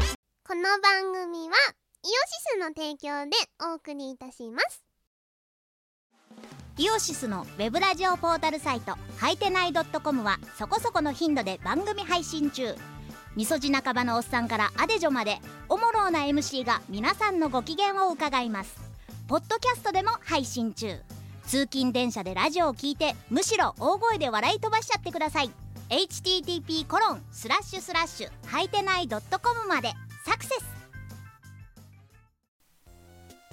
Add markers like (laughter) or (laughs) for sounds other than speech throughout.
の番組はイオシスの提供でお送りいたしますイオシスのウェブラジオポータルサイトはいてない .com はそこそこの頻度で番組配信中みそじ半ばのおっさんからアデジョまでおもろうな MC が皆さんのご機嫌を伺いますポッドキャストでも配信中通勤電車でラジオを聞いてむしろ大声で笑い飛ばしちゃってください http コロンスラッシュスラッシュはいてない .com までサクセス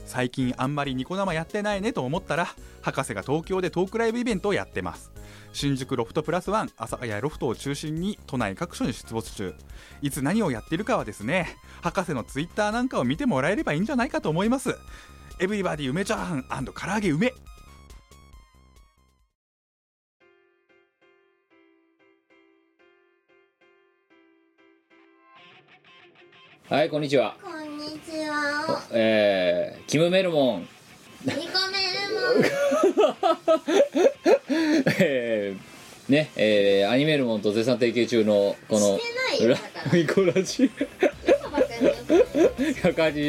最近あんまりニコ生やってないねと思ったら博士が東京でトークライブイベントをやってます新宿ロフトプラスワン朝やロフトを中心に都内各所に出没中いつ何をやっているかはですね博士のツイッターなんかを見てもらえればいいんじゃないかと思いますエブリバディ梅チャーハン唐揚げ梅はいこんにちはこんにちはえー、キム・メルモン、ニコメルモンえーねえーアニメルモンと絶賛提携中のこのしてないよだからラミコラジパパちゃんのよ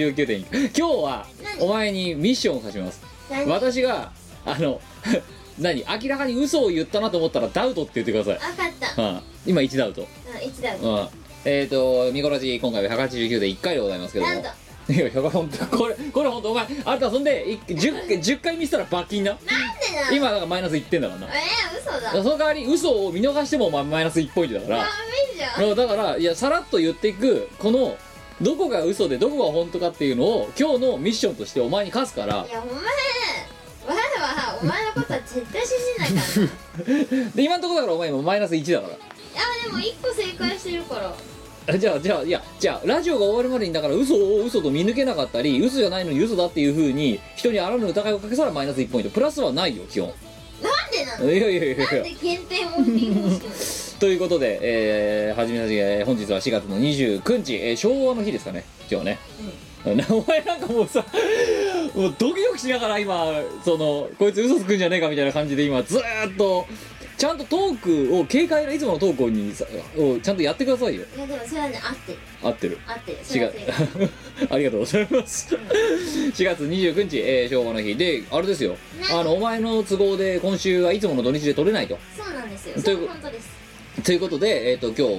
く189点今日は何お前にミッションを課します何分私があの (laughs) 何明らかに嘘を言ったなと思ったらダウトって言ってください、かったうん今1ダウト、うん一だうんえっ、とミコラジ今回は189で1回でございますけどもなんといや本当これこれ本当お前あんたそんでい 10, 回10回見せたら罰金ななんでだ今だからマイナス1点だからなえー、嘘だその代わり嘘を見逃してもまマイナス1ポイントだからダメじゃんうんだからいやさらっと言っていくこのどこが嘘でどこが本当かっていうのを今日のミッションとしてお前に課すからいやお前わらはお前のことは絶対信じな (laughs) いからなで今のところだからお前今マイナス1だかあでも一個正解してるかららじゃあじゃあいやじゃあラジオが終わるまでにだから嘘を嘘と見抜けなかったり嘘じゃないのに嘘だっていうふうに人にあらぬ疑いをかけたらマイナス1ポイントプラスはないよ基本なんでないのやいやいやいなんやで限定モンキー方式なのということで、えー、はじめさじめ、えー本日は4月の29日、えー昭和の日ですかね、今日ね。お前なんかもうさ、 (laughs) もうドキドキしながら今、その、こいつ嘘つくんじゃねえかみたいな感じで今、ずーっと、ちゃんとトークを、軽快ないつものトークにさをちゃんとやってくださいよ。いやでもそれはね合ってる合ってる。合ってるそ違れはう (laughs) ありがとうございます4月29日、えー昭和の日であれですよ何あのお前の都合で今週はいつもの土日で取れないとそうなんですよとそいうれは本当ですということで、えっと今日、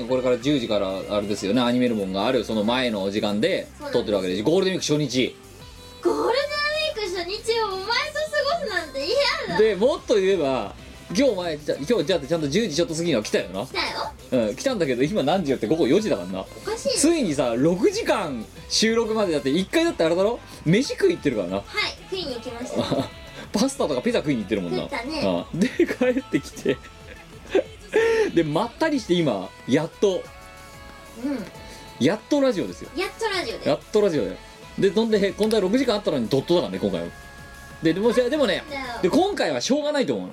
ね、これから10時からあれですよねアニメルモンがあるその前の時間でそうなんです撮ってるわけですゴールデンウィーク初日ゴールデンウィーク初日をお前と過ごすなんて嫌だでもっと言えば今日お前じゃ今日じゃあちゃんと10時ちょっと過ぎには来たよ来たよな、うん、来たんだけど今何時よって午後4時だからなおかしいついにさ6時間収録までだって1回だってあれだろ飯食い行ってるからなはい食いに行きましたパスタとかピザ食いに行ってるもんな食ったねうんで帰ってきてでまったりして今やっとうんやっとラジオですよやっとラジオでやっとラジオだよでそんで今回6時間あったのにドットだからね今回はででもじゃあでもねじゃあで今回はしょうがないと思う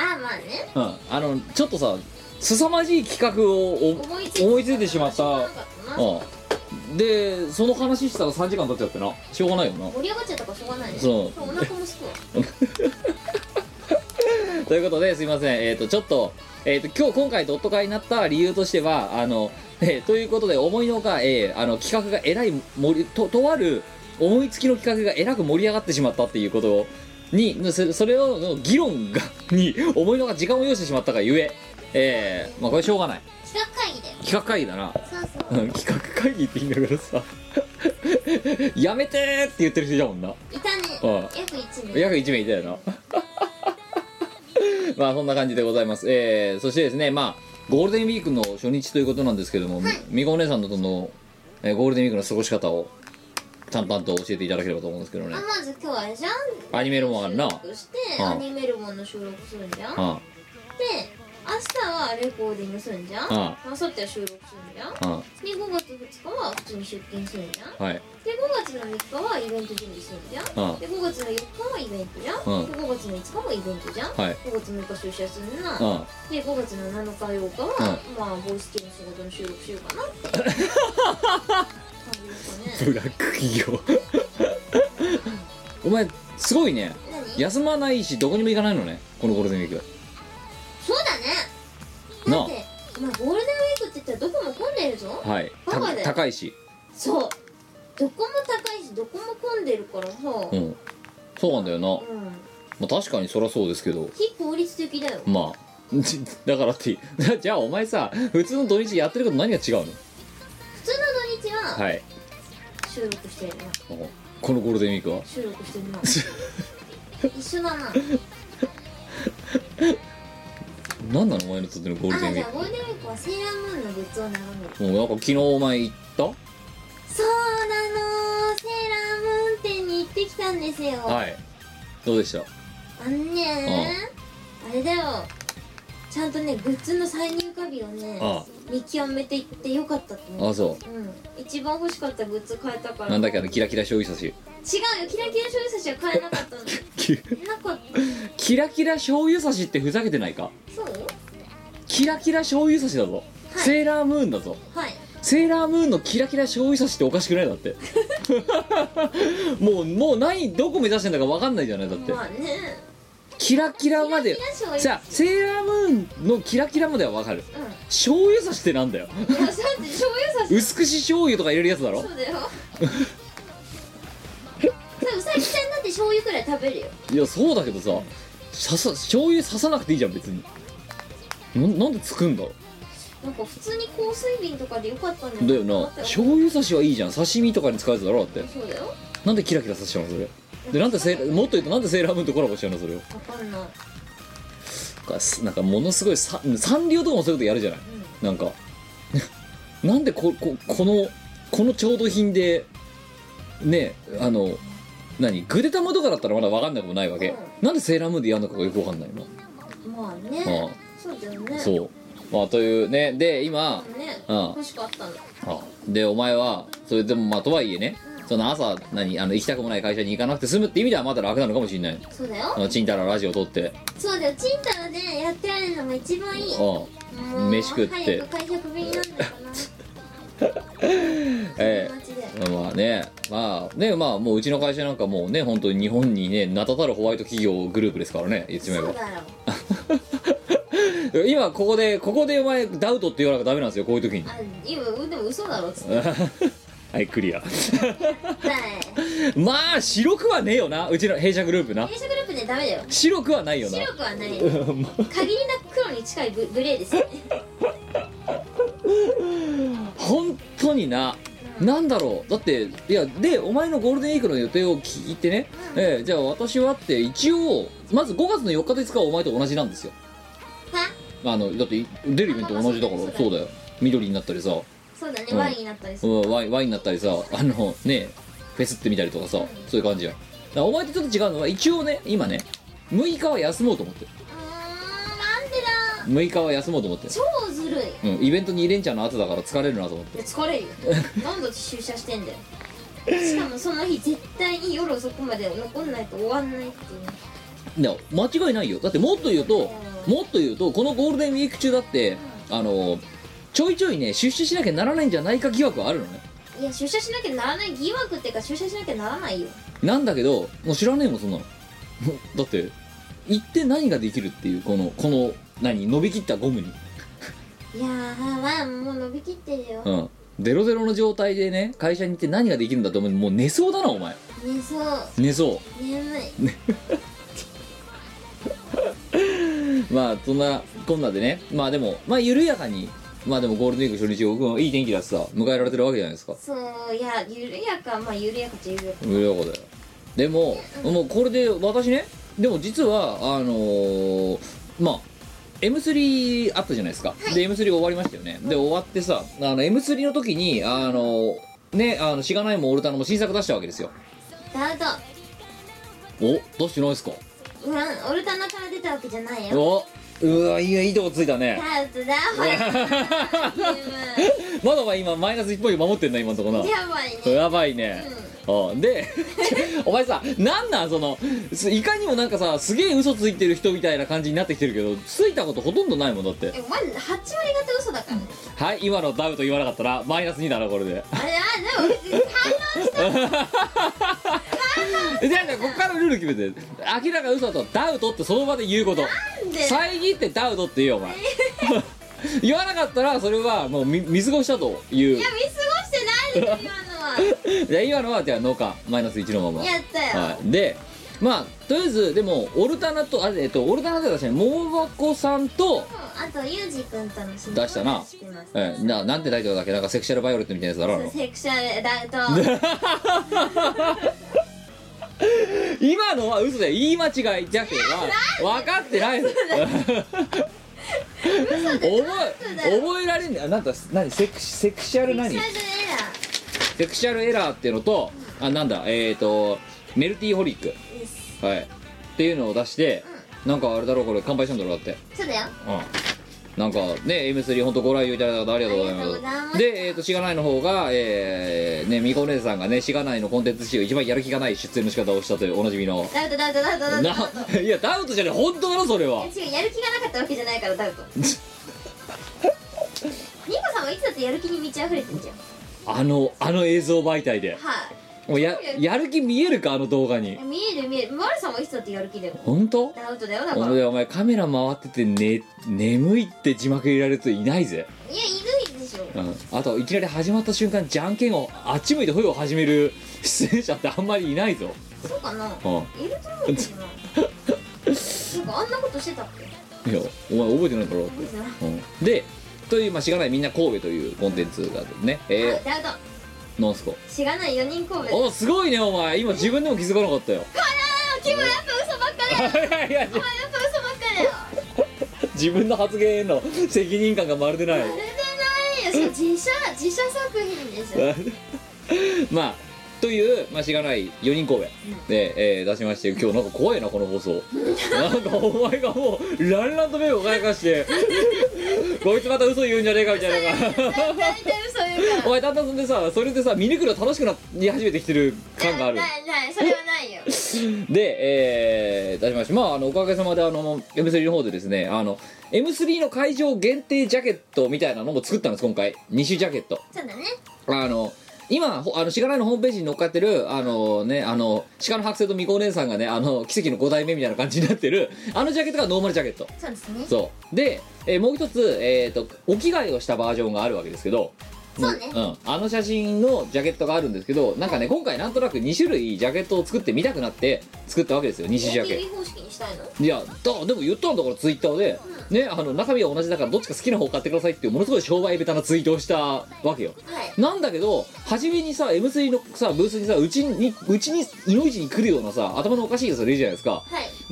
あまあねの、うん、あのちょっとさ凄まじい企画をお思思いいついついてしまったしょうがなかったなうんでその話したら3時間経っちゃってなしょうがないよな盛り上がっちゃったからしょうがないねそうお腹もすくわということですいませんえっ、とちょっと,、えー、と今日今回ドット会になった理由としてはあの、えーということで思いのほか、えーあの企画がえらい盛りととある思いつきの企画がえらく盛り上がってしまったっていうことにそそれをの議論が (laughs) に思いのほか時間を要してしまったがゆええーまあこれしょうがない企画会議だよ企画会議だなそうそううん企画会議って言いながらさ (laughs) やめてーって言ってる人だもんないたねうん約1名約1名いたよな (laughs) まあそんな感じでございますえー、そしてですねまあゴールデンウィークの初日ということなんですけども、みみこお姉さんとの、えーゴールデンウィークの過ごし方を淡々と教えていただければと思うんですけどねあまず今日はあれじゃんアニメルモンあるな収録しうてんアニメルモンの収録するんじゃんであ明日はレコーディングするんじゃんうん明後日は収録するんじゃんああで5月2日は普通に出勤するんじゃあんはいで5月の3日はイベント準備するんじゃんうんで5月の4日はイベントじゃんでうん5月の5日もイベントじゃんはい5月の6日出社するなあで5月の7日8日はまあボイス系の仕事の収録しようかなって (laughs) 感じであすかねブラック企業 (laughs) お前すごいね何休まないしどこにも行かないのねこのゴールデンウィークはそうだねだなってまあゴールデンウィークって言ったらどこも混んでるぞはいたバカだよ高いしそうどこも高いしどこも混んでるからさううんそうなんだよな、んまあ、確かにそりゃそうですけど非効率的だよまあ (laughs) じだからって (laughs) じゃあお前さ普通の土日やってること何が違うの普通の土日ははい収録してるなこのゴールデンウィークは収録して (laughs) るな一緒だな何なのお前のとってのゴールデンあウじィゃあーゴールデンウィークはセーラームーンのグッズを眺めるクもうなんか昨日お前行っそうなのセーラームーン店に行ってきたんですよ、たはいどうでしたあのねあれだよちゃんとねグッズの再入荷日をねあ見極めていってよかったと思うあそうん一番欲しかったグッズ買えたかうらなんだっけあのキラキラ醤油差し (laughs) 違うよキラキラ醤油差しは買えなかったのきなかったキラキラ醤油差しってふざけてないかそうキラキラ醤油差しだぞ、はいセーラームーンだぞはいセーラームーンのキラキラ醤油差しっておかしくないだって (laughs) もうもう何どこ目指してんだか分かんないじゃないだってまあねキラキラまでキラキラ醤油さあセーラームーンのキラキラまでは分かるう醤油差しってなんだよんいやだって醤油差し薄くし醤油とか入れるやつだろそうだよそれうさぎちゃんだって醤油くらい食べるよいやそうだけどさささ醤油刺さなくていいじゃん別にななんでつくんだろなんか普通に香水瓶とかでよかったんうだだよなそう醤油差しはいいじゃん刺身とかに使うやつだろだってだよなんでキラキラさせちゃうのそれでなんでセーラもっと言うとなんでセーラームーンとコラボしちゃうのそれをわかんないかすなんかものすごいさサンリオとかもそういうことやるじゃないうんなんか (laughs) なんでこここのこの調度品でねあの何ぐでたまとかだったらまだ分かんなくもないわけ、うんなんでセーラームーンでやるのかがよく分かんないの、まあねあそうだよねあそうまあというねで今ねうん欲しかったのあでお前はそれでもまあとはいえねその朝何あの行きたくもない会社に行かなくて済むって意味ではまだ楽なのかもしれないそうだあよのチンタララジオ撮ってそうだよチンタラでやってられるのが一番いいあもう飯食って早く会食便なんだかな (laughs) ええ友達でまあねまあねまあもううちの会社なんかもうね本当に日本にね名だたるホワイト企業グループですからね言ってしまそうえだろば今ここでここでお前ダウトって言わなきゃダメなんですよこういう時にあ今でも嘘だろっつって (laughs) はいクリアはいまあ白くはねえよなうちの弊社グループな弊社グループでダメだよ白くはないよな白くはないよ限りなく黒に近いググレーですよ (laughs) ね本当にな、なんだろうだっていやでお前のゴールデンウィークの予定を聞いてね、ええじゃあ私はって一応まず5月の4日と5日はお前と同じなんですよはあのだってい出るイベント同じだからあまあまあそうだよ緑になったりさそうだね、うんワインになったりすうる、んワインワインになったりさあのねフェスってみたりとかさそういう感じやだからお前とちょっと違うのは一応ね今ね6日は休もうと思ってるうーんなんでだ6日は休もうと思ってる超ずるいうん、イベント2連チャンの後だから疲れるなと思っていや疲れるよ何度出社してんだよしかもその日絶対に夜遅くまで残んないと終わんないっていうねで間違いないよだってもっと言うともっと言うとこのゴールデンウィーク中だってあのちょいちょいね出社しなきゃならないんじゃないか疑惑はあるのねいや出社しなきゃならない疑惑っていうか出社しなきゃならないよなんだけどもう知らねえもんそんなの (laughs) だって行って何ができるっていうこのこの何伸びきったゴムにいやーまあもう伸びきってるようんゼロゼロの状態でね会社に行って何ができるんだと思うもう寝そうだなお前寝そう寝そ眠いうまあそんなこんなでねまあでもまあ緩やかにまあでもゴールデンウィーク初日をいい天気だしさ迎えられてるわけじゃないですかそういや緩やかまあ緩やかっちゃ緩やか無料だよでももうこれで私ねでも実はあのーまあ M3 あったじゃないですか、で M3 終わりましたよねで終わってさあの M3 の時にあのーねあのしがないもオルタナも新作出したわけですよダウトお出してないですかうんオルタナから出たわけじゃないよおうわいいいいとこついたねダウトだほら眠まだお前今マイナス1ポイント守ってんな今のとこないやばいねやばいね、あで (laughs) お前さなんなんそのすいかにもなんかさすげえ嘘ついてる人みたいな感じになってきてるけどついたことほとんどないもんだってえお前8割方嘘だからねはい今のダウト言わなかったらマイナス2だなこれであれあでも別に反応したじゃあじゃあここからルール決めて明らか嘘だとダウトってその場で言うこと (laughs) んで遮ってダウトって言うよお前 (laughs) 言わなかったらそれはもう見見過ごしたといういや見過ごしてないですよ今のじゃあ今のはじゃあ農家マイナス1のままやったよ、はい、でまあとりあえずでもオルタナとあれえっとオルタナで確かにモーバコさんとあとユージ君との出出したなしてますえーななんてタイトルだっけなんかセクシャルバイオレットみたいなやつだろあのセクシャルだと (laughs) 今のは嘘だよ言い間違いじゃなくてわ分かってないの覚だえ覚えられんねなんか何セクシセクシャル何セクシャルエラーセクシャルエラーっていうのとあなんだえっ、とメルティーホリックですはいっていうのを出して、なんかあれだろうこれ乾杯したんだろうだってそうだようん、なんかね M3 本当ご来用いただいた方ありがとうございありがとうございまますすで、えー、としがないの方がえー、ねみこお姉さんがねしがないのコンテンツ史を一番やる気がない出演の仕方をしたというおなじみ (laughs) のダウトダウトダウトダウトダウトないやダウトじゃねえ本当だろそれはいや違うやる気がなかったわけじゃないか (laughs) らダウトニコさんはいつだってやる気に満ち溢れてんじゃんあのあの映像媒体ではい、もうややる気見えるかあの動画に見える見えるマルさんはいつだってやる気だよ本当ダウトだよだおからい前やお前カメラ回ってて、ね、眠いって字幕入れられる人いないぜ、いるでしょうん、あといきなり始まった瞬間じゃんけんをあっち向いてほいを始める出演者ってあんまりいないぞそうかなうんいると思うけどななんかあんなことしてたっけいやお前覚えてないだろ、覚えてないうん、でというまあしがないみんな神戸というコンテンツがあってねえあダウー、なんすかトしがない4人神戸あおすごいねお前今自分でも気づかなかったよキムやっぱ嘘ばっかりだよいやいやあやっぱ嘘ばっかりだよ (laughs) 自分の発言への責任感がまるでないそれでないよ自社自社作品でしょまあという、まあ、しがない4人公演で、えー出しまして今日なんか怖いなこの放送なんかお前がもうランランと目を輝かして (laughs) こいつまた嘘言うんじゃねえかみたいなのが大体嘘言うかお前だんだんそんでさそれでさ見抜くの楽しくなり始めてきてるら感があるないないないそれはないよでえー、出しましてまああのおかげさまであの M3 の方でですねあの M3 の会場限定ジャケットみたいなのも作ったんです今回2種ジャケットそうだねあの今ほあのしがないのホームページに載っかってるあのねあの鹿の剥製とみこお姉さんがねあの奇跡の5代目みたいな感じになってるあのジャケットがノーマルジャケットそうですねそうで、えーもう一つ、えー、とお着替えをしたバージョンがあるわけですけどそうねうん、あの写真のジャケットがあるんですけどなんかね今回なんとなく2種類ジャケットを作ってみたくなって作ったわけですよ2種ジャケ OTV 方式にしたいのいやだでも言ったんだからツイッターで、ね、あの中身は同じだからどっちか好きな方買ってくださいっていうものすごい商売下手なツイートをしたわけよはいなんだけど初めにさ M3 のさブースにさうちにうちにいのいちに来るようなさ頭のおかしいやつがいるじゃないですか、は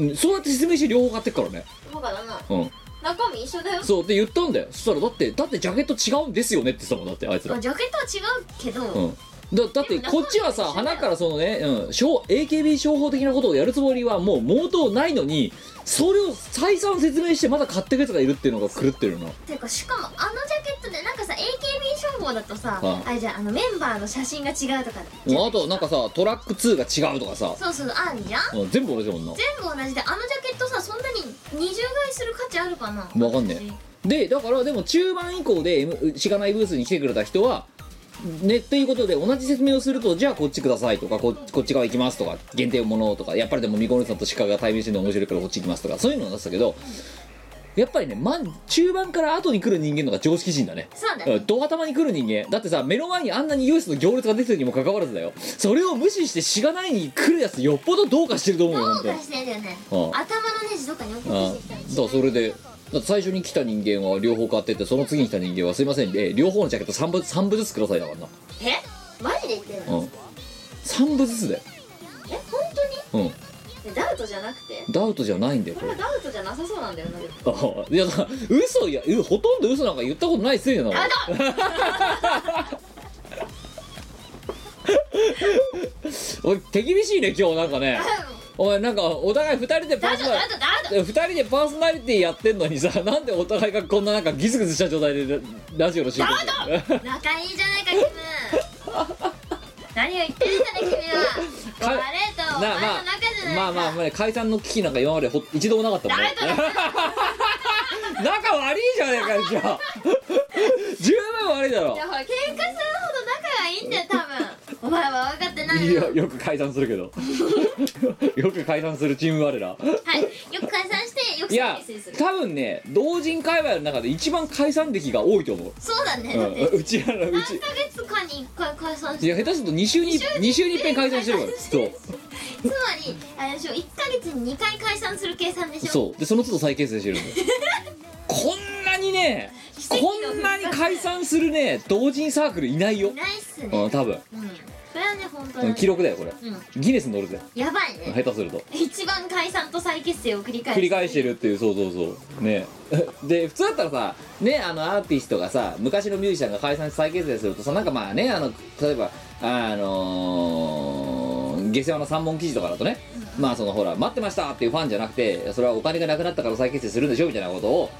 いうんそうやって説明して両方買ってっからねバカだなうん中身一緒だよそうって言ったんだよそしたらだってだってジャケット違うんですよねって言ってたもんだってあいつらまあジャケットは違うけど、うんだだってこっちはさでも中身一緒だよ花からそのね、うん、しょう AKB 商法的なことをやるつもりはもう毛頭ないのにそれを再三説明してまだ買ってくやつがいるっていうのが狂ってるなていうかしかもあのジャケットでなんかさ AKB 商法だとさ、はあれじゃんあのメンバーの写真が違うとかあとなんかさトラック2が違うとかさ、そうそうあんじゃんうん、全部同じだもんな全部同じであのジャケットさそんなに二重買いする価値あるかなわかんねえでだからでも中盤以降で M しがないブースに来てくれた人はねっていうことで同じ説明をするとじゃあこっちくださいとかここっち側行きますとか限定ものとかやっぱりでもみこねさんと鹿が対面してるの面白いからこっち行きますとかそういうのを出したけどやっぱりね、ま、中盤から後に来る人間のが常識人だねそうだねんド頭に来る人間だってさ目の前にあんなに US の行列が出てるにもかかわらずだよそれを無視してしがないに来るやつよっぽどどうかしてると思うよど本う当にかしてんだよねうん頭のネジどっかに送あってきてきたそうそれでだって最初に来た人間は両方買っててその次に来た人間はすいません、えー両方のジャケット3部三部ずつくださいだからな、えマジで言ってるうの、ん、3部ずつだよ、え本当うん、にダウトじゃなくてダウトじゃないんだよここれれ (laughs) はダウトじゃなさそうなんだよなでもあーいやだから嘘いやうほとんど嘘なんか言ったことないっすよなダウト (laughs) おい手厳しいね今日なんかねダウお前なんかお互い2人でパートソナダウリトダウト2人でパーソナリティやってんのにさなんでお互いがこんななんかギスギスした状態でララジオの進行してる仲いいじゃないかキム (laughs) 何を言ってるんだね君はか悪いとお前の中じゃないかまあまあまあ解散の危機なんか今までほ一度もなかったもんね誰と (laughs) 仲悪いじゃねえかよじゃ (laughs) あ十分悪いだろいやほら喧嘩するほど仲がいいんだよ多分お前は分かってないいよやよく解散するけど (laughs) よく解散するチーム我らはいよく解散してよくい再や結成する多分ね同人界隈の中で一番解散歴が多いと思う、そうだねうだってん、うちらのうち1ヶ月間に1回解散いしてや下手すると2週に2週に1回解散してるから解散そしうてるつまりあれでしょ1ヶ月に2回解散する計算でしょそうでその都度再結成してるんだよ (laughs) こんなにね奇跡のこんなに解散するね同人サークルいないよい、ないっすねうん、多分、うんそれはね本当うんに記録だよこれうんギネスに乗るぜやばい下ね手すると一番解散と再結成を繰り返す繰り返してるっていうそうそうそうね (laughs) で普通だったらさねあのアーティストがさ昔のミュージシャンが解散して再結成するとさなんかまあねあの例えばあのー下世話の三文記事とかだとね、まあそのほら待ってましたっていうファンじゃなくてそれはお金がなくなったから再結成するんでしょみたいなことを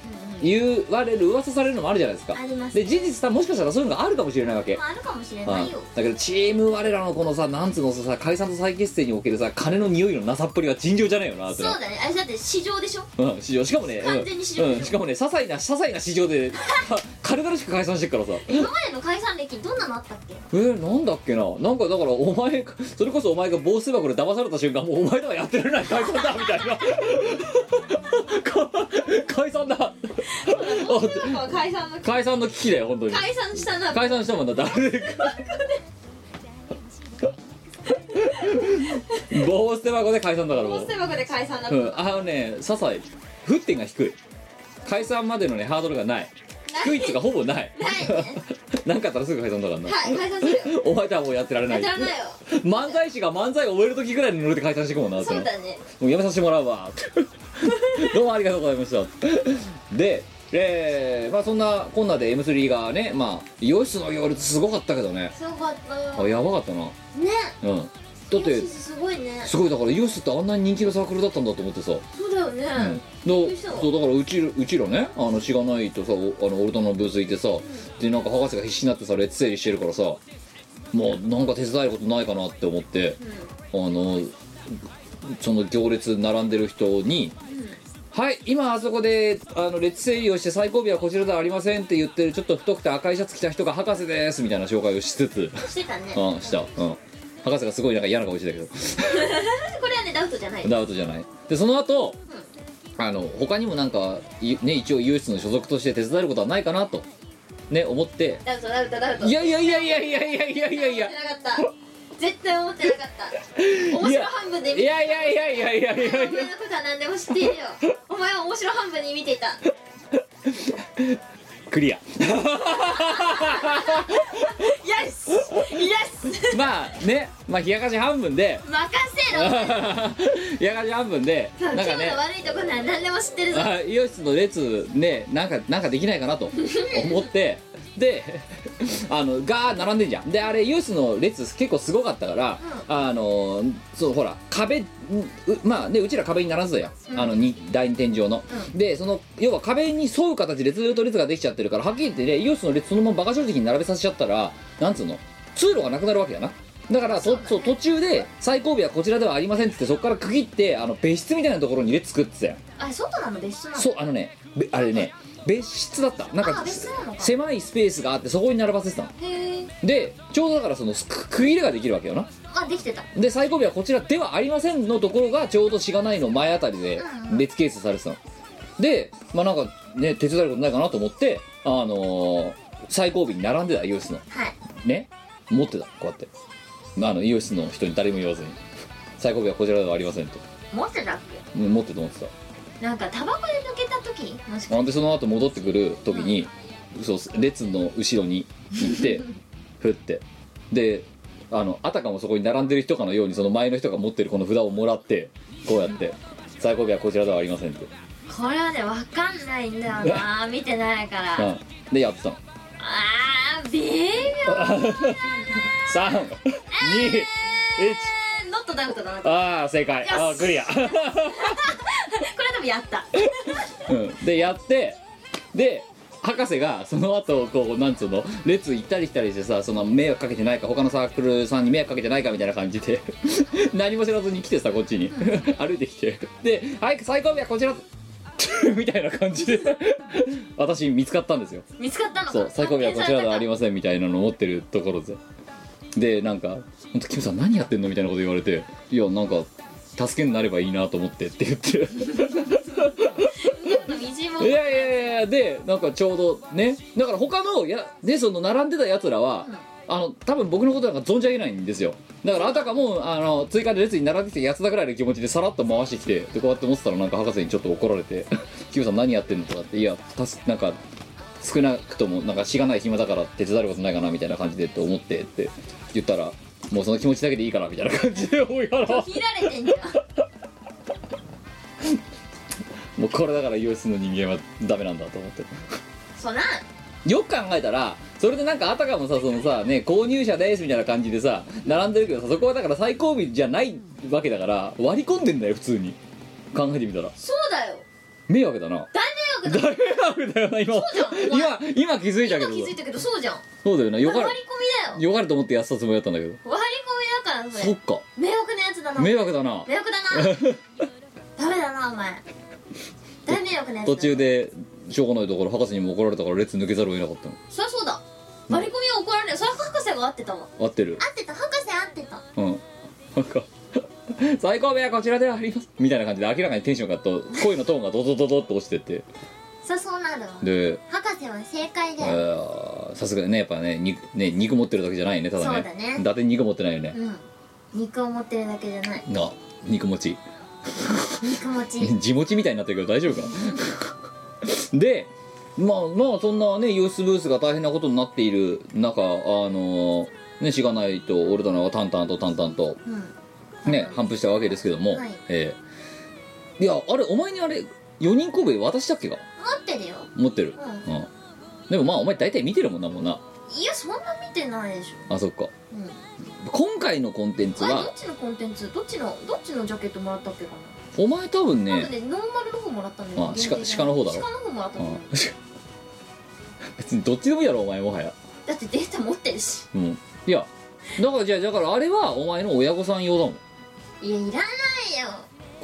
言われる噂されるのもあるじゃないですかありますで事実さもしかしたらそういうのがあるかもしれないわけ、まああるかもしれうないんよだけどチーム我らのこのさなんつうのさ解散と再結成におけるさ金の匂いのなさっぷりは尋常じゃないよなってそうなだねあれだって市場でしょうん、市場しかもね、うん完全に市場でしょうん、しかもね、些細な、些細な市場で、か軽々しく解散してっからさ、え今までの解散歴どんなのあったっけー、なんだっけな、なんかだから、お前、それこそお前が防水箱で騙された瞬間、もうお前とはやってられない、解散だ、みたいな、 (laughs) か解散だ、面白いのは解散の解散の危機だよ、本当に。解散したな解散したもんだ誰か棒捨て箱で解散だからもボうス、テ箱で解散だっうたん、あのね些細沸点が低い解散までのねハードルがない低いっつうかほぼないないね (laughs) なんかあったらすぐ解散だからな、はい解散するよお前とはもうやってられなやいたらないよ漫才師が漫才を終える時ぐらいのノリで解散してくもんなってそなうだねもうやめさせてもらうわ (laughs) どうもありがとうございましたでえー、まあそんなこんなで M3 がねまあヨシスの行列すごかったけどねすごかったあよやばかったなうんねだっヨてシスすごいねすごいだからヨシスってあんなに人気のサークルだったんだと思ってさ、そうだよねどびっくりしたそうだからうちうちらねあのしがないとさおあのオルタのブースいてさ、でなんか博士が必死になってさ列整理してるからさもうなんか手伝えることないかなって思って、あのその行列並んでる人に「はい今あそこであの列整理をして最後尾はこちらではありません」って言ってるちょっと太くて赤いシャツ着た人が博士ですみたいな紹介をしつつしてたねうんしたうん博士がすごいなんか嫌な顔してたけど (laughs) これはねダウトじゃないダウトじゃないでその後あの他にもなんか、いね、一応唯一の所属として手伝えることはないかなと、ね、思ってダウトダウトダウトいやいやいやいやいやいやいやいやいや思ってなかった絶対思ってなかった面白半分で見いてやいやいやいやいやいやお前のことは何でも知っているよお前は面白半分に見ていたクリアイエスイエス任まあねまあ冷やかし半分 (laughs) でせろ冷やかし半分で今なん日かのね悪いとこなら何でも知ってるぞあイオシスの列ねなんかなんかできないか (laughs) なと思ってであのガーッ並んでんじゃんであれイオシスの列結構すごかったから、あのそうほら壁んうまあねうちら壁にならずだよ、あのに第二天井の、でその要は壁に沿う形でずーっと列ができちゃってるからはっきり言ってねイオシスの列そのまま馬鹿正直に並べさせちゃったらなんつうの通路がなくなるわけだなだからそそう途中で最後尾はこちらではありませんっつってそこから区切ってあの別室みたいなところに列作ってたよあ外なの別所なのそうあのねべあれね別室だったなんかあ別室なのか狭いスペースがあってそこに並ばせてたのへえでちょうどだからそのす区区切れができるわけよなあできてたで最後尾はこちらではありませんのところがちょうどしがないの前あたりでうんうん列形成されてたのでまあなんかね手伝えることないかなと思ってあのー最後尾に並んでたイオシスのはいね持ってたこうやってあのイオシスの人に誰も言わずに最後尾はこちらではありませんと持ってたっうん持ってて思ってたけなんかタバコで抜けた時もしかなんでその後戻ってくる時に、そう列の後ろに行ってふってであのあたかもそこに並んでる人かのようにその前の人が持ってるこの札をもらってこうやって「最後尾はこちらではありません」って、これはねわかんないんだよな見てないからうんでやってたのあー微妙321ノットダウトだなこああ正解ああクリア、れでもやったうん、でやってで博士がその後こうなんつうの列行ったり来たりしてさその迷惑かけてないか他のサークルさんに迷惑かけてないかみたいな感じで (laughs) 何も知らずに来てさこっちに (laughs) 歩いてきてで「はい最後尾はこちら」 (laughs) みたいな感じで (laughs) 私見つかったんですよ見つかったのかそう最後尾はこちらではありませんみたいなの持ってるところででなんか本当キムさん何やってんのみたいなこと言われていやなんか助けになればいいなと思ってって言って虹もいやいやいやいやでなんかちょうどねだから他のやねその並んでたやつらは、あの多分僕のことなんか存じ上げないんですよだからあたかもあの追加で列に並んできてやつだぐらいの気持ちでさらっと回してきてでこうやって持ってたらなんか博士にちょっと怒られて (laughs) 「キムさん何やってんの?」とかって「いやたすなんか少なくともなんかしがない暇だから手伝えることないかな」みたいな感じでと思ってって言ったら「もうその気持ちだけでいいから」みたいな感じで思いながら切られてんじゃんもうこれだから US の人間はダメなんだと思って。そなんよく考えたらそれでなんかあたかもさそのさね購入者ですみたいな感じでさ並んでるけどさそこはだから最後尾じゃないわけだから割り込んでんだよ普通に考えてみたらそうだよ迷惑だな大迷惑大だ迷惑だよな今そうじゃん今今気づいたけ今ど気づいたけどそうじゃんそうだよなよ割りか込るみだよよかると思ってやってたつもりだったんだけど割り込みだからそそっれか迷惑なやつだな迷迷惑だな惑 (laughs) だなダメだなお前大迷惑なやつだ途中でしょうがないところ博士にも怒られたから列抜けざるを得なかったそりゃそうだ割り込みは怒られるそれは博士が合ってたわの合ってる合ってた博士合ってたうんなんか最高部はこちらではありますみたいな感じで明らかにテンションがと声のトーンがドドドドっと落ちてってそりゃそうなるわで博士は正解だよあーさすがにねやっぱね肉ね肉持ってるだけじゃないねただねそうだね伊達に肉持ってないよね、うん肉を持ってるだけじゃないな肉持ち (laughs) 肉持ち地持ちみたいになってるけど大丈夫か (laughs) でまあまあそんなねユースブースが大変なことになっている中あのねしがないとオルダナはタンタンとタンタンとうんね反復したわけですけども、はいえーいやあれお前にあれ4人神戸渡したっけか持ってるよ持ってる、ううんでもまあお前大体見てるもんなもんないやそんな見てないでしょあそっかうん今回のコンテンツあれどはっちのコンテンツどっちのどっちのジャケットもらったっけかなお前多分多分ねねノーマルの方もらったんだよあ限定鹿鹿の方だろ鹿の方もらったうん (laughs) だよん別にどっちでもいいやろお前もはやだってデータ持ってるしうんいやだからじゃあだからあれはお前の親御さん用だもんいやいらな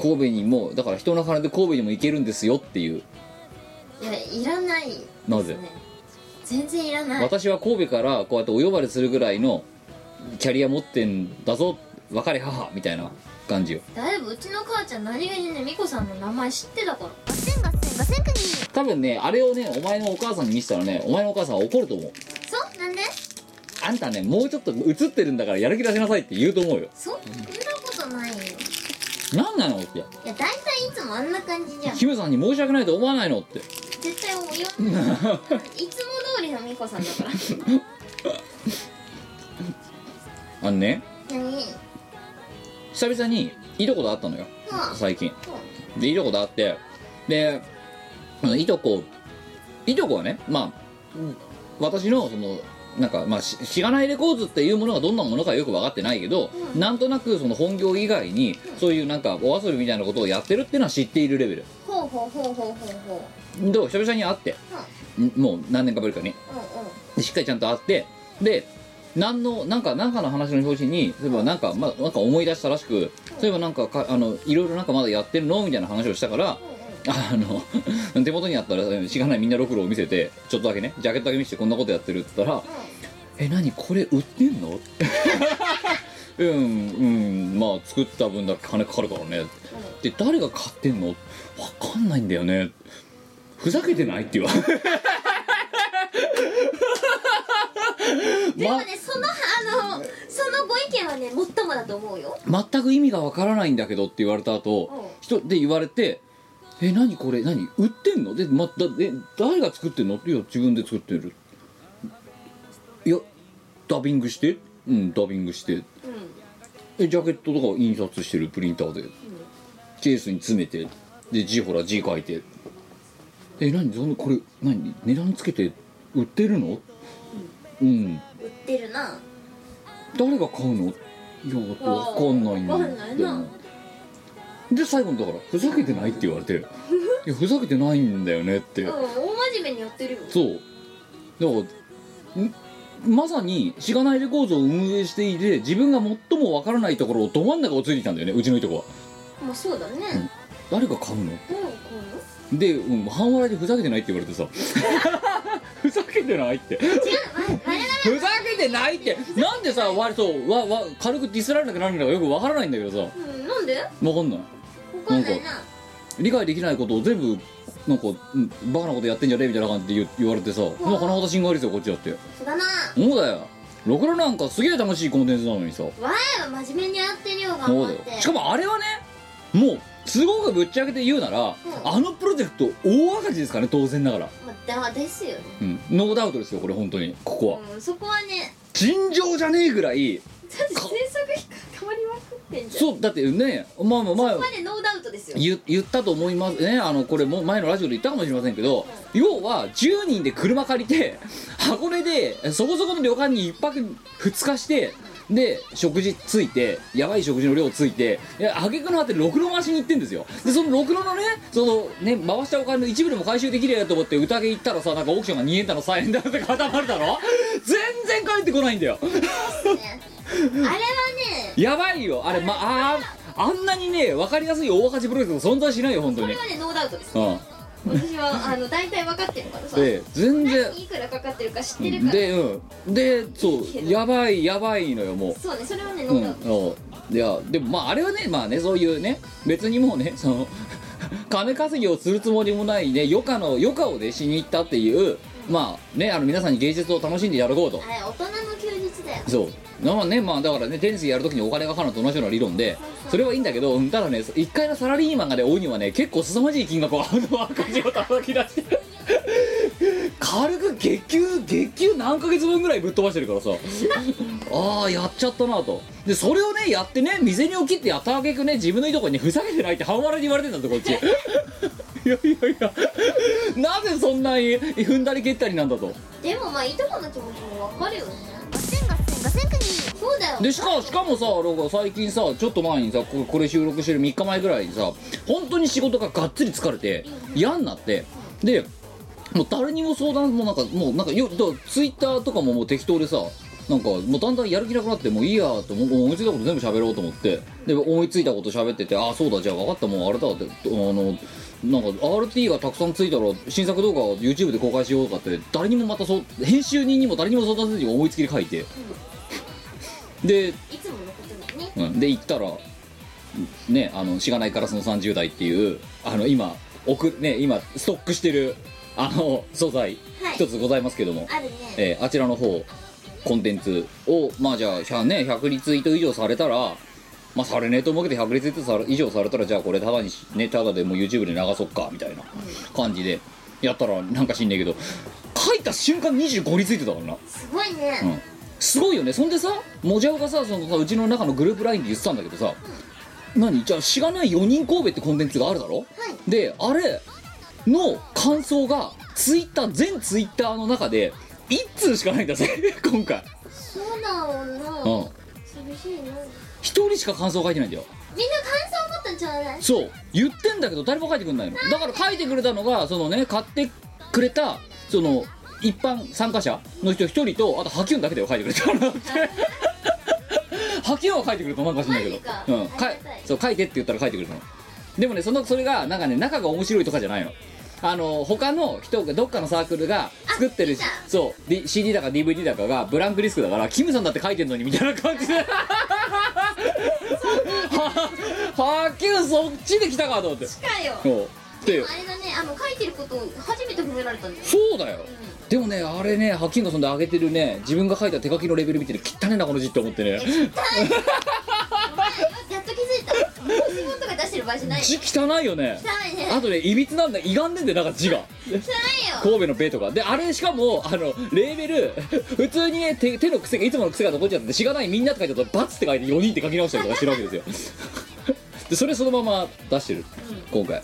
神戸にもだから人の金で神戸にも行けるんですよっていういよいやいらないですねなぜ全然いらない私は神戸からこうやってお呼ばれするぐらいのキャリア持ってんだぞ別れ母みたいな感じよだいぶうちの母ちゃん何気にね美子さんの名前知ってたからガセンガセンガセンクニー多分ねあれをねお前のお母さんに見せたらねお前のお母さんは怒ると思うそうなんであんたねもうちょっと映ってるんだからやる気出しなさいって言うと思うよそうそんなことないよなんなのっていや大体いつもあんな感じじゃんキムさんに申し訳ないと思わないのって絶対 (laughs) 言わないいつも通りの美子さんだからあのね何は久々にいとこと会ったのよあ最近そうでいとこと会ってであのいとこいとこはねまあうん私のそのなんかまあししがないレコーズっていうものがどんなものかよく分かってないけど、うんなんとなくその本業以外にそういうなんかお遊びみたいなことをやってるっていうのは知っているレベルほうほうほうほうほうほうで久々に会って、んもう何年かぶりかにうんうんでしっかりちゃんと会ってで何のなんかなんかの話の表紙に例えばなんか,、まあ、なんか思い出したらしく例えばなんかかあのいろいろなんかまだやってるのみたいな話をしたからあの (laughs) 手元にあったらしがないみんなロクロを見せてちょっとだけねジャケットだけ見せてこんなことやってるって言ったら「え何これ売ってんの? 」 (laughs) うんうんまあ作った分だけ金かかるからね」で誰が買ってんのわかんないんだよねふざけてないって言われてでもねそのあのそのご意見はねもっともだと思うよ全く意味がわからないんだけどって言われた後う人で言われて「え何これ何売ってんので」まだで誰が作ってんの?」って「いや自分で作ってる」「いやダビングして」「うんダビングして」うえジャケットとか印刷してるプリンターで、ケースに詰めてで字ほら字書いてえ何そのこれ何値段つけて売ってるのうん、ん売ってるな誰が買うのいやわかんないんだわかんないなで最後のだからふざけてないって言われ (laughs) ていやふざけてないんだよねって、うん大真面目にやってるよそうだからんまさにしがないレコーズを運営していて自分が最もわからないところをど真ん中をついてきたんだよねうちのいとこはまあそうだね誰が買うのうんこで、うん、半笑いでふざけてないって言われてさ (laughs) ふざけてないって我々はふざけてないってなんでさ割とわわ軽くディスられなくなるのかよくわからないんだけどさうんなんでわわかんないかんないな理解できないことを全部なんかうんバカなことやってんじゃねえみたいな感じで言う言われてさまあ甚だ心外ですよこっちだってそうだなそうだよろくろなんかすげえ楽しいコンテンツなのにさ我々は真面目にやってるよ頑そうだ張っよてしかもあれはねもうすごくぶっちゃけて言うなら、あのプロジェクト大赤字ですからね当然ながら、まあだですよねうん、ノーダウトですよこれ本当にここはうんそこはね尋常じゃねえぐらいだって制作費が変わりまくってんじゃんそそうだってねまあまあまあこはねノーダウトですよ言言ったと思いますねあのこれも前のラジオで言ったかもしれませんけど、要は10人で車借りて箱根でそこそこの旅館に1泊2日してで食事ついてやばい食事の量ついていや挙句の果てろくろ回しに行ってんですよでそのろくろのねそのね回したお金の一部でも回収できるやと思って宴行ったらさなんかオークションが2円だの3円だのって固まるだろ全然帰ってこないんだよねあれはねやばいよあれまああんなにね分かりやすい大橋プロジェクト存在しないよ本当これにはねノーダウトですうん私はあの大体分かってるからさで全然いくらかかってるか知ってるからでうんでそうやばいやばいのよもそうねそれはねううノーダんウトそういやでもまああれはねまあねそういうね別にもうねその (laughs) 金稼ぎをするつもりもないね余暇の余暇をねしに行ったっていうまあねあの皆さんに芸術を楽しんでやろうとあれ大人の休日だよそうまあねまあだからねテニスやるときにお金がかかるのと同じような理論でそれはいいんだけどうんただね一回のサラリーマンがね追うにはね結構凄まじい金額をあの赤字を叩き出して軽く月給月給何ヶ月分ぐらいぶっ飛ばしてるからさああやっちゃったなとでそれをねやってね未然に起きってやったあげくね自分のいいとこにねふざけてないって半笑いに言われてんだぞこっちいやいやいやなぜそんなに踏んだり蹴ったりなんだとでもまあいとこの気持ちも分かるよね千五千五千国そうだよでしかしかもさなんか最近さちょっと前にさここれ収録してる3日前ぐらいにさ本当に仕事ががっつり疲れて嫌になってでもう誰にも相談もなんかもうなんかよツイッターとかももう適当でさなんかもうだんだんやる気なくなってもういいやと思思いついたこと全部喋ろうと思ってで思いついたこと喋っててああそうだじゃあ分かったもうあれだってあのなんか RT がたくさんついたら新作動画を YouTube で公開しようとかって誰にもまたそう編集人にも誰にも相談せずに思いつきで書いてでいつものことだねうん、で行ったらねあのしがないカラスの30代っていうあの今送ね今ストックしてるあの素材はい一つございますけども、あるねえーあちらの方コンテンツをまあじゃあひゃね100リツイート以上されたらまあされねえと思うけど100リツイートされ以上されたらじゃあこれただにしねただでもう YouTube で流そっかみたいな感じでやったらなんか知んねえけど書いた瞬間25リツイートだからなすごいね、うんすごいよねそんでさもじゃおがさそのさうちの中のグループ LINE で言ってたんだけどさ、何じゃあ「しがない4人神戸」ってコンテンツがあるだろ、であれの感想がツイッター全ツイッターの中で1通しかないんだぜ今回そうだよな、うん寂しいなみんな感1人しか感想書いてないんだよ想持ったんちゃうだいそう言ってんだけど誰も書いてくんないのだから書いてくれたのがそのね買ってくれたその一般参加者の人1人とあとハキュンだけだよ書いてくれた (laughs) のってハキュンは書いてくれたなんか知んないけどマジかうん、かあいりがたいそう書いてって言ったら書いてくれたのでもねそのそれがなんかね仲が面白いとかじゃないのあの他の人がどっかのサークルが作ってる見たそう D- CD だか DVD だかがブランクリスクだからキムさんだって書いてんのにみたいな感じ (laughs) でははっきりそっちで来たかと思ってかよそうであれだねあの書いてることを初めて褒められたんだよそうだよでもねあれねハッキンがそんで上げてるね自分が書いた手書きのレベル見てる汚ねえなこの字って思ってねやっと気づいたもう仕事とか出してる場合じゃない字汚いよね汚いねあとねいびつなんだいがんでんだよなんか字が汚いよ神戸のベとかであれしかもあのレーベル普通にね手手の癖がいつもの癖が残っちゃって「しがないみんな」って書いてあったら「バツ」って書いて4人って書き直したりとかしてるわけですよでそれそのまま出してる今回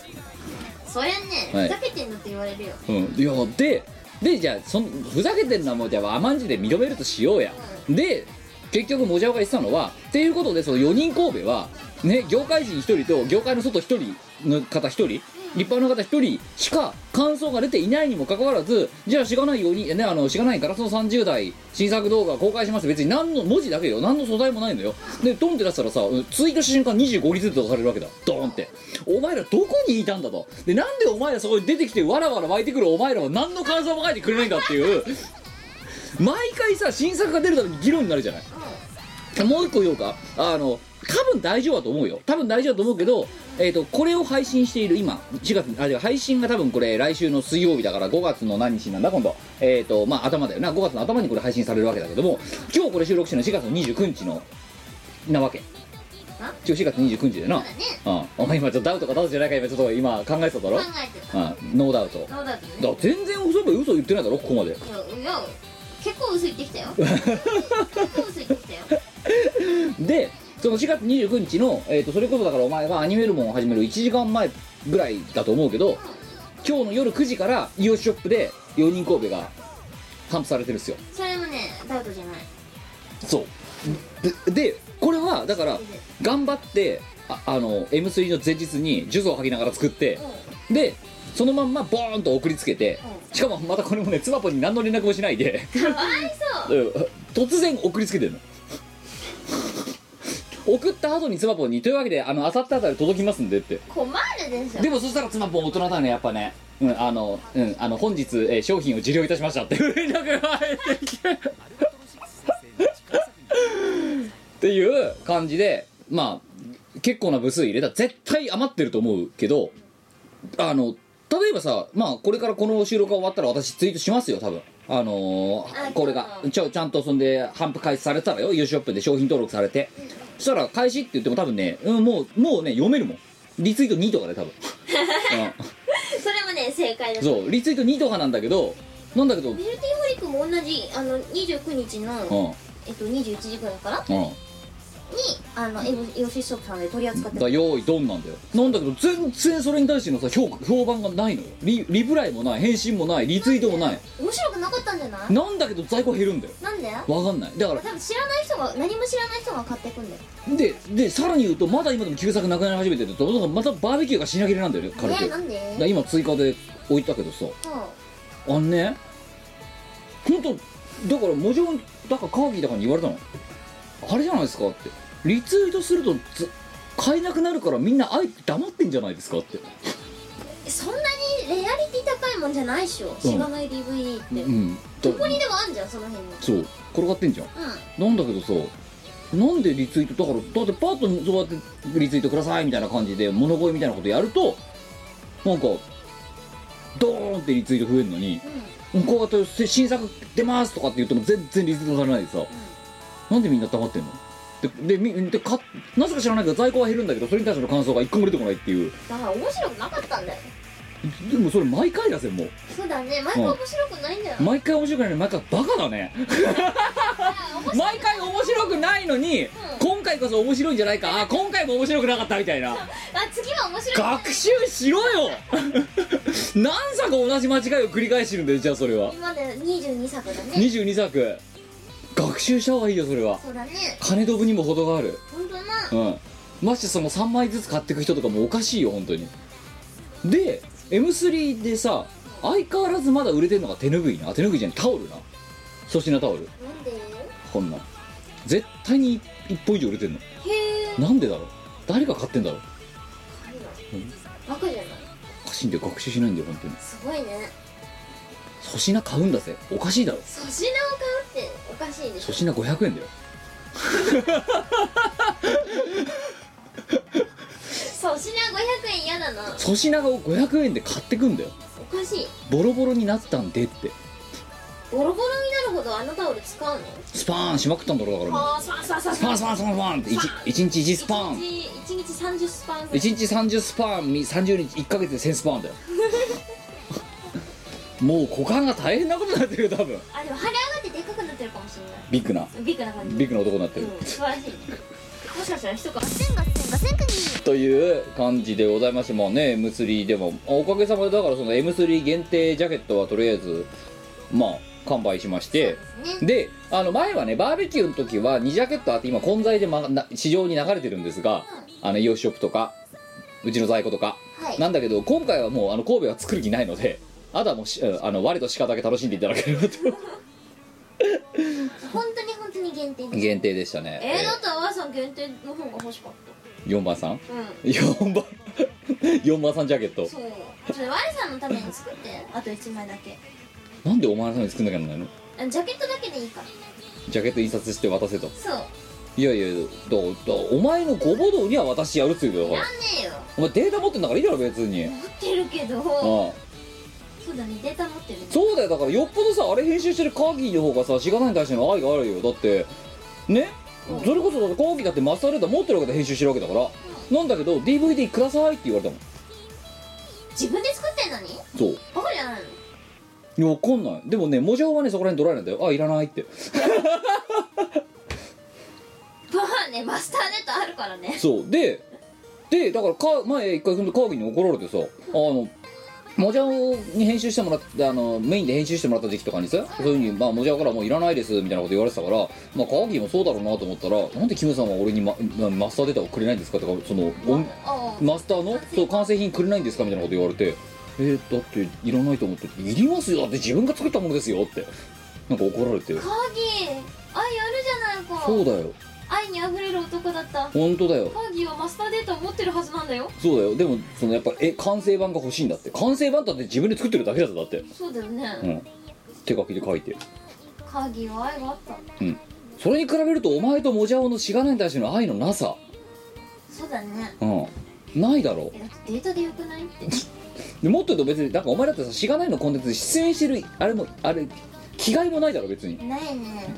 そりゃはねいふざけてんのって言われるようんいやででじゃあそんふざけてんのはもうじゃあ甘んじで認めるとしようやで結局もじゃおが言ってたのはっていうことでその4人神戸はね業界人1人と業界の外1人の方一人立派な方一人しか感想が出ていないにもかかわらずじゃあしがないようにねあのしがないガラスの30代新作動画公開します別に何の文字だけよ何の素材もないのよでドンって出したらさツイートした瞬間25リツイートとかされるわけだドーンってお前らどこにいたんだとでなんでお前らそこに出てきてわらわら湧いてくるお前らは何の感想も書いてくれないんだっていう毎回さ新作が出るたびに議論になるじゃないもう一個言おうかあの多分大丈夫だと思うよ多分大丈夫だと思うけど、えー、とこれを配信している今4月あで配信が多分これ来週の水曜日だから5月の何日なんだ今度えっ、とまあ頭だよな5月の頭にこれ配信されるわけだけども今日これ収録してるの4月の29日のなわけあ今日4月29日だよなそうだねうん、お前今ちょっとダウトかダウトじゃないか今ちょっと今考えてただろ考、えてたうん、ノーダウトだかどうだったら全然嘘ば嘘言ってないだろここまでいやいや結構薄いってきたよ結構薄いってきたよでその4月29日の、えー、とそれこそだからお前がアニメルモンを始める1時間前ぐらいだと思うけど今日の夜9時からイオシショップで4人神戸が頒布されてるんですよそれもねダウトじゃないそうででこれはだから頑張ってああの M3 の前日に数珠を吐きながら作ってでそのまんまボーンと送りつけてしかもまたこれもね妻ぽに何の連絡もしないでかわいそううん突然送りつけてるの送った後に妻ぽんにというわけであの明後日あたり届きますんでって困るでしょでもそしたら妻ぽん大人だねやっぱねうんあの,、うん、あの本日、えー商品を受領いたしましたっていう連絡が入ってき (laughs) てっていう感じでまあ結構な部数入れた絶対余ってると思うけどあの例えばさまあこれからこの収録が終わったら私ツイートしますよ多分あのーあこれがちょちゃんとそんで頒布開始されたらよ U ショップで商品登録されてそしたら開始って言っても多分ね、うん、もうもうね読めるもんリツイート2とかで多分、それもね正解うだんビルそうリツイート2とかなんだけどなんだけどうんティーホリックも同じあの29日の、うんえっと、21時ぐらいからにあのエムヨシショップさんで取り扱ってだた用意ドンなんだよなんだけど全然それに対してのさ評価評判がないのよリリプライもない返信もないリツイートもない面白くなかったんじゃないなんだけど在庫減るんだよなんでわかんないだか多分知らない人が何も知らない人が買ってくんだよらででさらに言うとまだ今でも旧作なくなり始めてるとだからまたバーベキューが品切れなんだよね軽くだねなかんでら今追加で置いたけどさそうあのね本当だから文字本だからカーキーだからに言われたのあれじゃないですかってリツイートするとず買えなくなるからみんなあえて黙ってんじゃないですかってそんなにレアリティ高いもんじゃないっしょ知らない DVD って、うんどこにでもあんじゃんその辺にそう転がってんじゃんうなんだけどさなんでリツイートだからだってパッとそうやってリツイートくださいみたいな感じで物乞いみたいなことやるとなんかドーンってリツイート増えるのにんうんこうやって新作出ますとかって言っても全然リツイートされないでさ、なんでみんな黙ってんのででみでかなぜか知らないけど在庫は減るんだけどそれに対しての感想が一個も出てこないっていうだから面白くなかったんだよでもそれ毎回だぜもうそうだね毎回面白くないんだよ、う毎回面白くないのに毎回バカだね毎回面白くないのに、今回こそ面白いんじゃないかあ今回も面白くなかったみたいなあ次は面白くない学習しろよ (laughs) 何作同じ間違いを繰り返してるんだよじゃあそれは今まで22作だね22作学習した方がいいよそれはそうだね金飛ぶにも程がある本当なうんましてその3枚ずつ買っていく人とかもおかしいよ本当にで M3 でさ相変わらずまだ売れてるのが手ぬぐいな手ぬぐいじゃないタオルな粗品タオルなんでへこんなん絶対に1本以上売れてるえのなんでだろう誰が買ってんだろうバカじゃないおかしいんだよ学習しないんだよ本当にすごいね粗品買うんだぜおかしいだろ粗品を買うっておかしいでし粗ょ品500円だよ粗品500円嫌だな粗品が500円で買ってくんだよおかしいボロボロになったんでってボロボロになるほどあのタオル使うのスパーンしまくったんだろうだからもうああスパンスパンスパンスパンスパンスパンスパンって1日1スパーン一日一日30スパン1日30スパンみ30日1ヶ月で1000スパンだよ (laughs) もう股間が大変なことになってるよ多分あでも腫れ上がってでっかくなってるかもしれないビッグなビッグな感じビッグな男になってうる、ん素晴らしいねもしかしたら人かという感じでございましてもうね M3 でもおかげさまでだからその M3 限定ジャケットはとりあえずまあ完売しましてねであの前はねバーベキューの時は2ジャケットあって今混在で、ま、な市場に流れてるんですがあのイオシショップとかうちの在庫とかなんだけど今回はもうあの神戸は作る気ないのであとはもうしうんあの我と鹿だけ楽しんでいただければと (laughs) 本当に本当に限定です限定でしたね、えー、だったらワイさん限定の方が欲しかっえー4番さんたうん4番4番さんジャケットそうそれワイさんのために作ってあと1枚だけなんでお前のために作んなきゃならないのあジャケットだけでいいからジャケット印刷して渡せとそういやいやだだお前のごぼどには私やるっつうけどやんねえよお前データ持ってんだからいいだろ別に、あ持ってるけどあそうだねデータ持ってるねそうだよだからよっぽどさあれ編集してるカーギーの方がさしがないに対しての愛があるよだってねうんそれこそだってカーギーだってマスターレーダー持ってるわけで編集してるわけだからなんだけど DVD くださいって言われたもん自分で作ってんのにそうバカじゃないのいやわかんないでもね文字はねそこら辺ドライなんだよあいらないってバカねマスターネットあるからねそうででだからか前一回そのカーギーに怒られてさあのモジャオに編集してもらってあのメインで編集してもらった時期とかにさそういうふうに、まあ、モジャオからもういらないですみたいなこと言われてたから、まあ、カーギーもそうだろうなと思ったらなんでキムさんは俺にマまマスターデータをくれないんですかとかその音ああマスターのそう完成品くれないんですかみたいなこと言われてえー、だっていらないと思っていりますよだって自分が作ったものですよってなんか怒られてカーギー愛あるじゃないかそうだよ愛にあふれる男だった本当だよカーギーはマスターデータを持ってるはずなんだよそうだよでもそのやっぱえ完成版が欲しいんだって完成版だって自分で作ってるだけだぞだってそうだようね、ん手書きで書いてカーギーは愛があったそれに比べるとお前とモジャオのしがないに対しての愛のなさそうだねうんないだろえだってデータでよくないってうでもっと言うと別になんかお前だってさしがないのコンテンツに出演してるあれもあれ気概もないだろ別にないね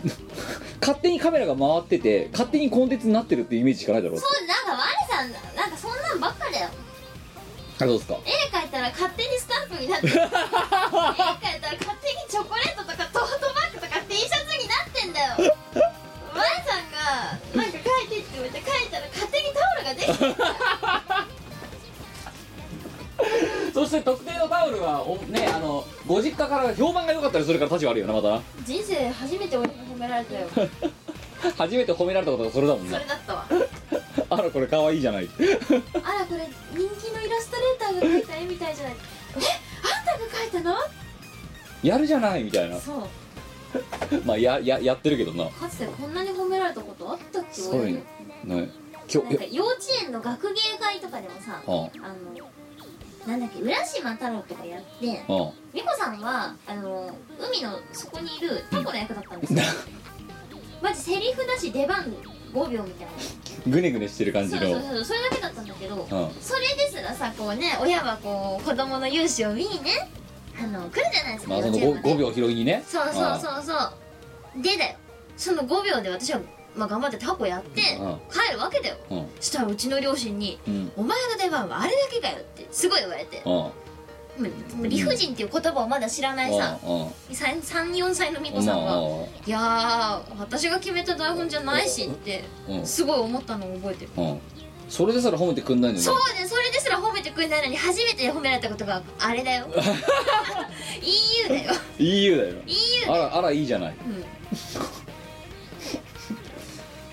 勝手にカメラが回ってて勝手にコンテンツになってるっていうイメージしかないだろ (laughs) そうなんかワイさんだなんかそんなんばっかだよあどうですか絵描いたら勝手にスタンプになってる絵描いたら勝手にチョコレートとかトートバッグとか T シャツになってんだよワイさんがなんか描いてって言われて描いたら勝手にタオルができてるそして特定のタオルはおねあのご実家から評判が良かったりするから立場あるよなまたな人生初めて俺が褒められた (laughs) よそ初めて褒められたことがそれだもんなれだったわ (laughs) あらこれ可愛いじゃないあらこれ人気のイラストレーターが描いた絵みたいじゃないえあんたが描いたのやるじゃないみたいなそうまあやややってるけどなかつてこんなに褒められたことあったっけそう俺いうね今なん日かえ幼稚園の学芸会とかでもさああのなんだっけ浦島太郎とかやってああ美子さんはあの海のそこにいるタコの役だったんですよ (laughs) マジセリフだし出番5秒みたいな (laughs) ぐねぐねしてる感そじうのそうそうそれだけだったんだけどうんそれですらさこうね親はこう子供の勇姿を見にねあの来るじゃないですかまあその幼稚 5, 園まで秒拾いにねそうそうそうそうでだよその5秒で私は、まあ、頑張ってタコやってうん帰るわけだようんうんしたらうちの両親にうん「お前の出番はあれだけかよ」ってすごい言われてうんもうもう理不尽っていう言葉をまだ知らないさ34歳の美子うんさんまあが「いやー私が決めた台本じゃないし」ってうんすごい思ったのを覚えてるうんそれでさら褒めてくんないのにそうねそれですら褒めてくれないのに初めて褒められたことがあれ (laughs) だよ EU だよ EU だよ EU あらあらいいじゃないうん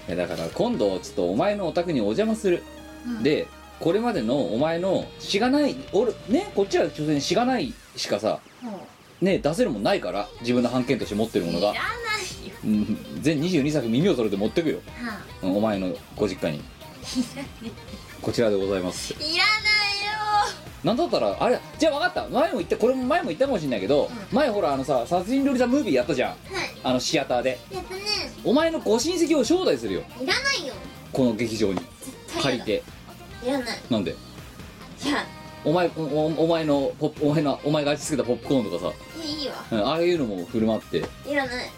いやだから今度ちょっとお前のお宅にお邪魔する、うんでこれまでのお前のしがない俺ねこっちは所詮しがないしかさもね出せるもんないから自分の判件として持ってるうものいがらないようん全22作耳を揃えて持ってくよ、はうんお前のご実家 (laughs) にこちらでございますあいらないよなんだったらあれじゃあ分かった前も言ったこれも前も言ったかもしれないけど、前ほらあのさ殺人料理ザムービーやったじゃんはいあのシアターでやったねお前のご親戚を招待するよいらないよこの劇場に絶借り対やだていらないなんでいやお前おおお前のポップお前のお前が味付けたポップコーンとかいいわさ、うんああいうのも振る舞っていらない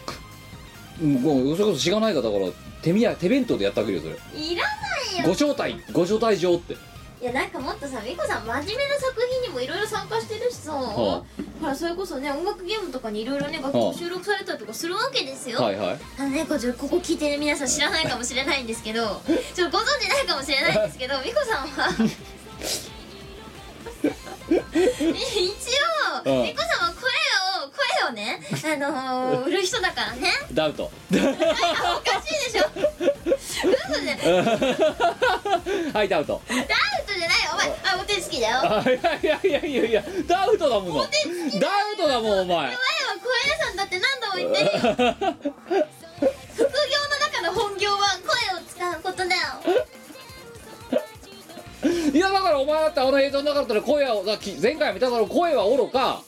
もうそれこそしがないかだから手土産手弁当でやってあげるよそれいらないよご招待ご招待状っていやなんかもっとさ美子さん真面目な作品にもいろいろ参加してるしさ、はほらそれこそね音楽ゲームとかにいろいろね楽はあ曲収録されたりとかするわけですよ、はいはいあのねこちらここ聞いてる皆さん知らないかもしれないんです (laughs) けどちょっとご存知ないかもしれないんですけど美子さんはうん一応美子さんは声を声をね、あのー、売る人だからねダウトおかし (laughs) いでしょ嘘ではいダウトダウトじゃないよお前ああお手つきだよ前はあいやいやいやいやいやダウトだものダウトだもんお前声屋さんだって何度も言ってるよ副業の中の本業は声を使うことだよいやだからお前だってあの映像の中だったら声はだき前回見たから声はおろか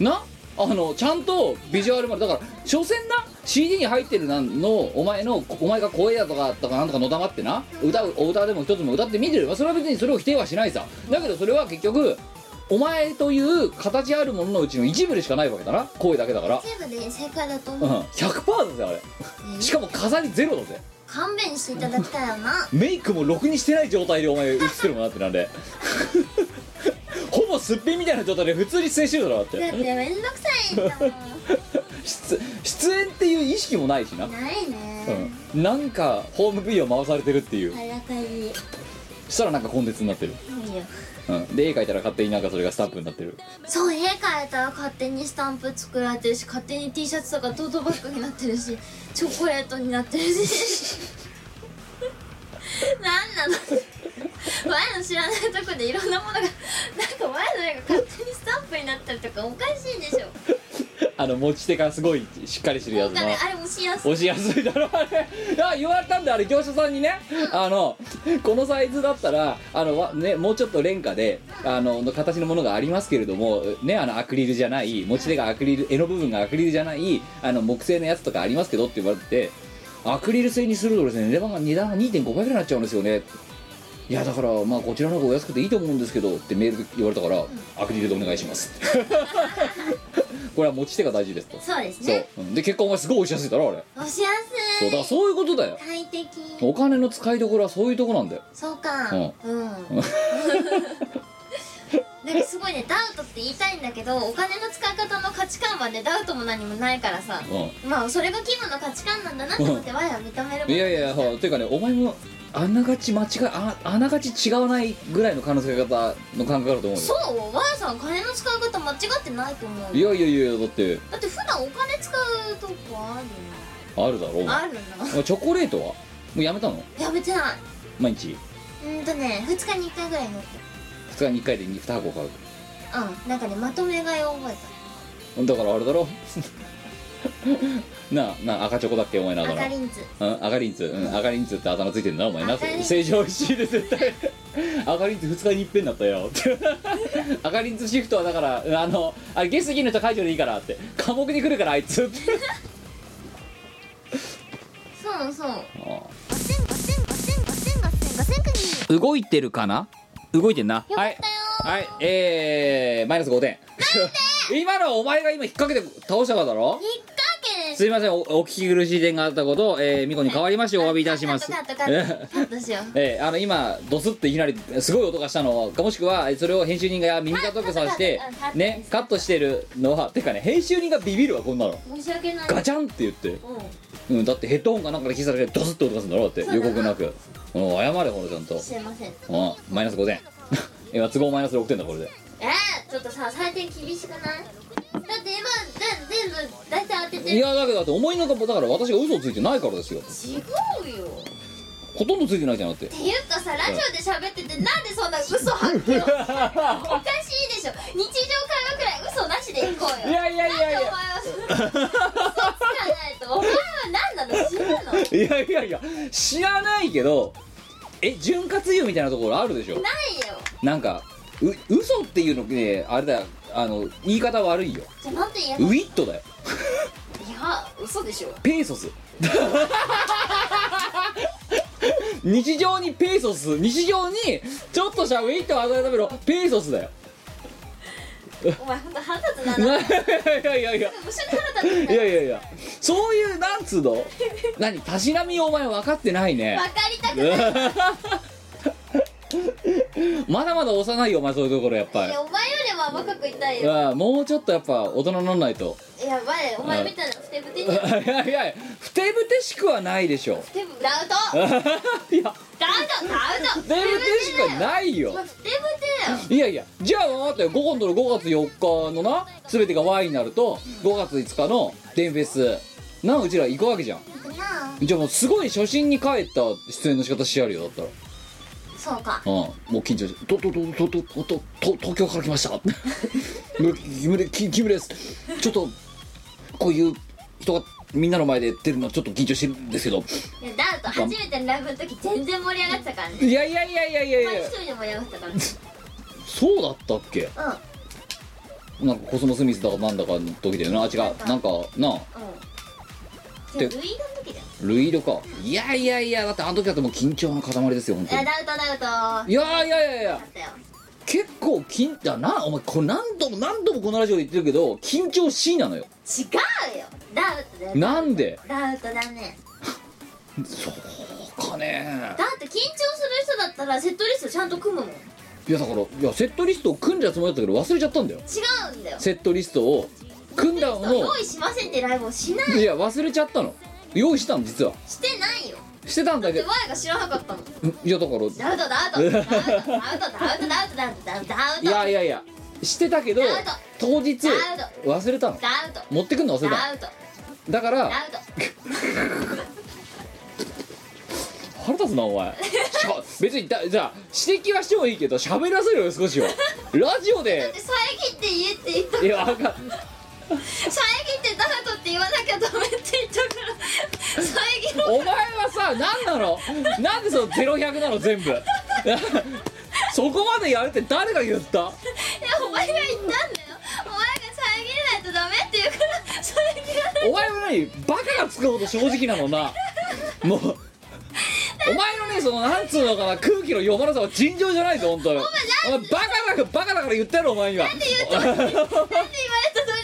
なあのちゃんとビジュアルまでだから所詮な CD に入ってるなんのお前のお前が声だとかとかなんとかのだまってな歌うお歌でも一つも歌ってみてればそれは別にそれを否定はしないさだけどそれは結局お前という形あるもののうちの一部でしかないわけだな声だけだから、全部で正解だとう思ん、う、 100%だぜあれしかも飾りゼロだぜ勘弁していただきたいよなメイクもろくにしてない状態でお前映ってるもんなってなん (laughs) でほぼすっぴんみたいな状態で普通に出演してるだろだっだっててめんどくさいんだも出出演っていう意識もないしな、んないね、うん、なんかホームビデオ回されてるっていうあらかじしたらなんか根絶になってる、いいようん、で絵描いたら勝手になんかそれがスタンプになってるそう絵描いたら勝手にスタンプ作られてるし勝手に T シャツとかトートバッグになってるし (laughs) チョコレートになってるし (laughs) なんなの前の知らないとこでいろんなものがなんか前の絵が勝手にスタンプになったりとかおかしいでしょあの持ち手がすごいしっかりしてるやなつんなかねあれもしやすい押しやすいだろあれあ言われたんだあれ業者さんにねあのこのサイズだったらあのわねもうちょっと廉価であのの形のものがありますけれどもねあのアクリルじゃない持ち手がアクリル柄の部分がアクリルじゃないあの木製のやつとかありますけどって言われてアクリル製にするとですね値段が値段が2.5倍ぐらいになっちゃうんですよねいやだからまあこちらの方がお安くていいと思うんですけどってメールで言われたからアクリルでお願いしますこれは持ち手が大事ですとそうですそうね、うんで結果お前すごい押しやすいだろあれ押しやすそうだいそういうことだよ快適お金の使いどころはそういうとこなんだよそうかうんうん、 (laughs) なんかすごいねダウトって言いたいんだけどお金の使い方の価値観はねダウトも何もないからさ、うまあそれがキムの価値観なんだなと思って我は認めるもんんいやいやほらていうかねお前もあながち間違いああながち違わないぐらいの可能性方の感覚だと思うそよう我さん金の使い方間違ってないと思ういやいやいやだってだって普段お金使うとこあるあるだろおの前あるのお前チョコレートはもうやめたのやめてない毎日うんとね2日に1回ぐらい乗って2日に1回で 2, 箱買うんなんかねまとめ買いを覚えうだからあれだろ (laughs) なあなあ赤チョコだっけお前なあただ赤名リンツうん、赤リンツ、うん、赤リンツってあだ名ついてんなお前な赤リンツ成城石井で絶対 (laughs) 赤リンツ2日にいっぺんだったよ (laughs) って赤リンツシフトはだからうんあのあゲスト議員の人解除でいいからって科目に来るからあいつってそうそうあガセンガセンガセンガセンガセンガセンクニーあ (laughs) 動いてるかな動いてんなよかったはよいはいえー、マイナス5点 (laughs) 今のはお前が今引っ掛けて倒したからだろ引っ掛けすいませんおお聞き苦しい点があったことを、えー、ミコに代わりましてお詫びいたしますカットカットカットカットしようえーあの今ドスっていきなりすごい音がしたのかもしくはえーそれを編集人が耳とくさせてあカットカットねカットしてるのはてかね編集人がビビるわこんなの申し訳ないガチャンって言って、うんうん、だってヘッドホンかなんかで聞いただけでドスって音がするんだろだっそうてだ予な告なく、うん、謝れほらちゃんと、すいませんうん、マイナス5点 (laughs) 今都合マイナス6点だこれでえー、ちょっとさ採点厳しくないだって今だ全部大体当てているやだけどだって思いのほかだから私が嘘をついてないからですよ違うよっほとんどついてないじゃんだってていうかさラジオで喋っててなんでそんな嘘発表おかしいでしょ日常会話くらい嘘なしでいこうよいやいやいやいやなんでお前はそんな嘘つかないとお前は何なの死ぬの (laughs) いやいやいや知らないけどえ潤滑油みたいなところあるでしょないよなんかう嘘っていうのねあれだよあの言い方悪いよじゃあなんて言えばいウィットだよいや嘘でしょペーソス (laughs) 日常にペーソス日常にちょっとしたウィットを与えためろペーソスだよお前本当腹立つないなんかやいやいや無性に腹立つんいだよやいやいやそういうなんつうの何たしなみをお前分かってないね (laughs) 分かりたくないまだまだ幼いよお前そういうところやっぱりいやお前よりは若くいたいよああもうちょっとやっぱ大人にならないといやばいお前みたいなふてぶていにふやいやふてぶてしくはないでしょ (laughs) てぶダウトいやダウトダウトふてぶてしくはないよお前ふてぶてだよいやいやじゃあ分かったよ今度の5月4日のな全てが Y になると5月5日のデンフェスなうちら行くわけじゃんなあじゃあもうすごい初心に帰った出演の仕方してやるよだったらそうかうん、もう緊張して「ととととととと東京から来ました」 (laughs) 「ムキムレキキムレです」ちょっとこういう人がみんなの前で出るのはちょっと緊張してるんですけどいやダウト初めてのライブの時全然盛り上がってたからねいやいやいやいやいやいまあや一人で盛り上がってたからねそうだったっけなんかコスモスミスだかなんだかの時だよなあ違うなんかなあうんうんでじゃあルイドの時だよルイードかいやいやいやだってあの時だってもう緊張の塊ですよ本い当やにダウトダウトだいやいやいやいやったよ結構緊だなお前これ何度も何度もこのラジオで言ってるけど緊張しいなのよ違うよダウトだよなんでダウトだねそうかねだって緊張する人だったらセットリストちゃんと組むもん違いやだからいやセットリストを組んだつもりだったけど忘れちゃったんだようんだよセットリストを組んだのを用意しませんってライブをしないいや忘れちゃったの用意したの実はしてないよしてたんだでけど前が知らなかったもんいやだからいダウトダウトダウトダウトダウトダウトダウトダウトダウトやいやいやしてたけどダウト当日ダウ忘れたのダウト持ってくんの忘れたダウトだからダウト腹立つなお前し (laughs) か別にだじゃあ指摘はしてもいいけど喋らせろよ少 (laughs) しはラジオでで遮って言えって言ったいやわかん遮ってダウトって言わなきゃダメって言ったから遮ろうお前はさ何なのなんでその0100なの全部 (laughs) そこまでやるって誰が言ったいやお前が言ったんだよお前が遮れないとダメって言うから遮らないお前は何バカがつくほど正直なのなもうお前のねそのなんつうのかな空気の読まなさは尋常じゃないぞ本当にお前バカだからバカだから言ったやろお前にはなんで言われた通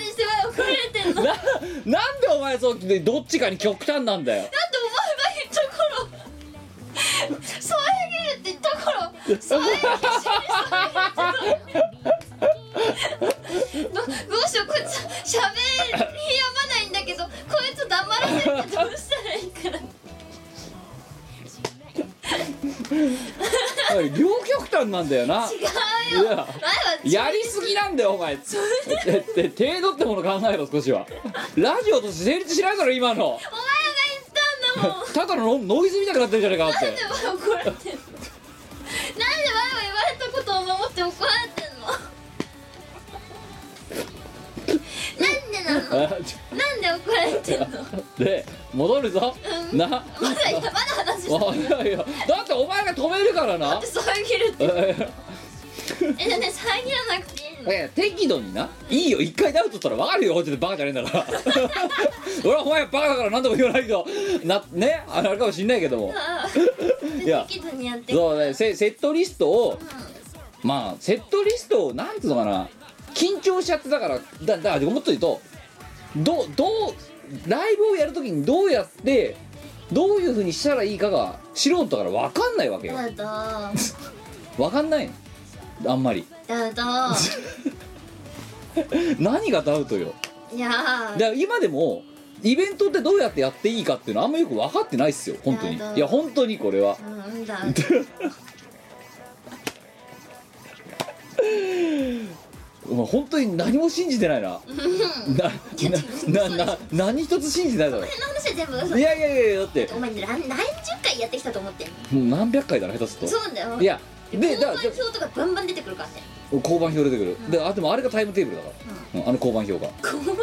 りにして前遅れてんのだってお前がななんでお前そうでどっちかに極端なんだよ言ったから遮るって言ったから遮るどどうしようこいつ喋りやまないんだけどこいつ黙らせるってどうしたらいいかな両極端なんだよな違いうよや前はやりすぎなんだよお前ってて程度ってもの考えろ少しはラジオとして成立しないだろ今のお前が言ったんだもんただのノノイズみたくなってるじゃねえかっなんてで前怒られてんのなんで前は言われたことを守って怒られてんのなんでなのなんで怒られてんので戻るぞ、うんなまだ山の話してあいやいやだってお前が止めるからな遮るってええじゃあね遮らなくていいのえ適度にないいよ一回ダウトったら分かるよこっちでバカじゃねえんだから俺はお前はバカだから何とも言わないけどなねあれかもしんないけどもいや適度にやってそうねセセットリストをうんまあセットリストをなんつうのかな緊張しちゃってだからだだからもっと言うとどうどうライブをやるときにどうやってどういうふうにしたらいいかが素人だから分かんないわけよダウト分かんないのあんまりダウト何がダウトよいやだかーら今でもイベントってどうやってやっていいかっていうのはあんまよく分かってないっすよ本当にやだいや本当にこれはうんダウトお前本当に何も信じてないななななな何一つ信じてないだろこの話は全部嘘いやいやいやいやだってお前ら何十回やってきたと思ってんのもう何百回だな下手するとそうだよいやででだだ表とかバンバン出てくるからね交番表出てくる、であでもあれがタイムテーブルだから、うんあの交番表が公演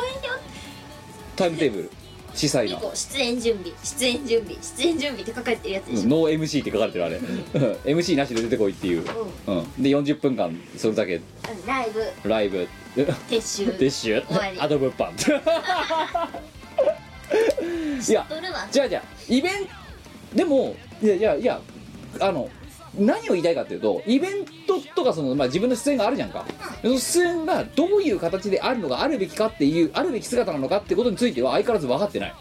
タイムテーブル司祭表の以降出演準備出演準備出演準備って書かれてるやつでしょ、ノー MC って書かれてるあれ MC なしで出てこいっていう、うん、で40分間それだけうんライブライブえ撤収撤収終わりアド物 (laughs) 販いや取るわじゃあじゃあイベントでもいやいやいやあの何を言いたいかっていうとイベントとかその、まあ、自分の出演があるじゃんか、その出演がどういう形であるのがあるべきかっていうあるべき姿なのかってことについては相変わらず分かってない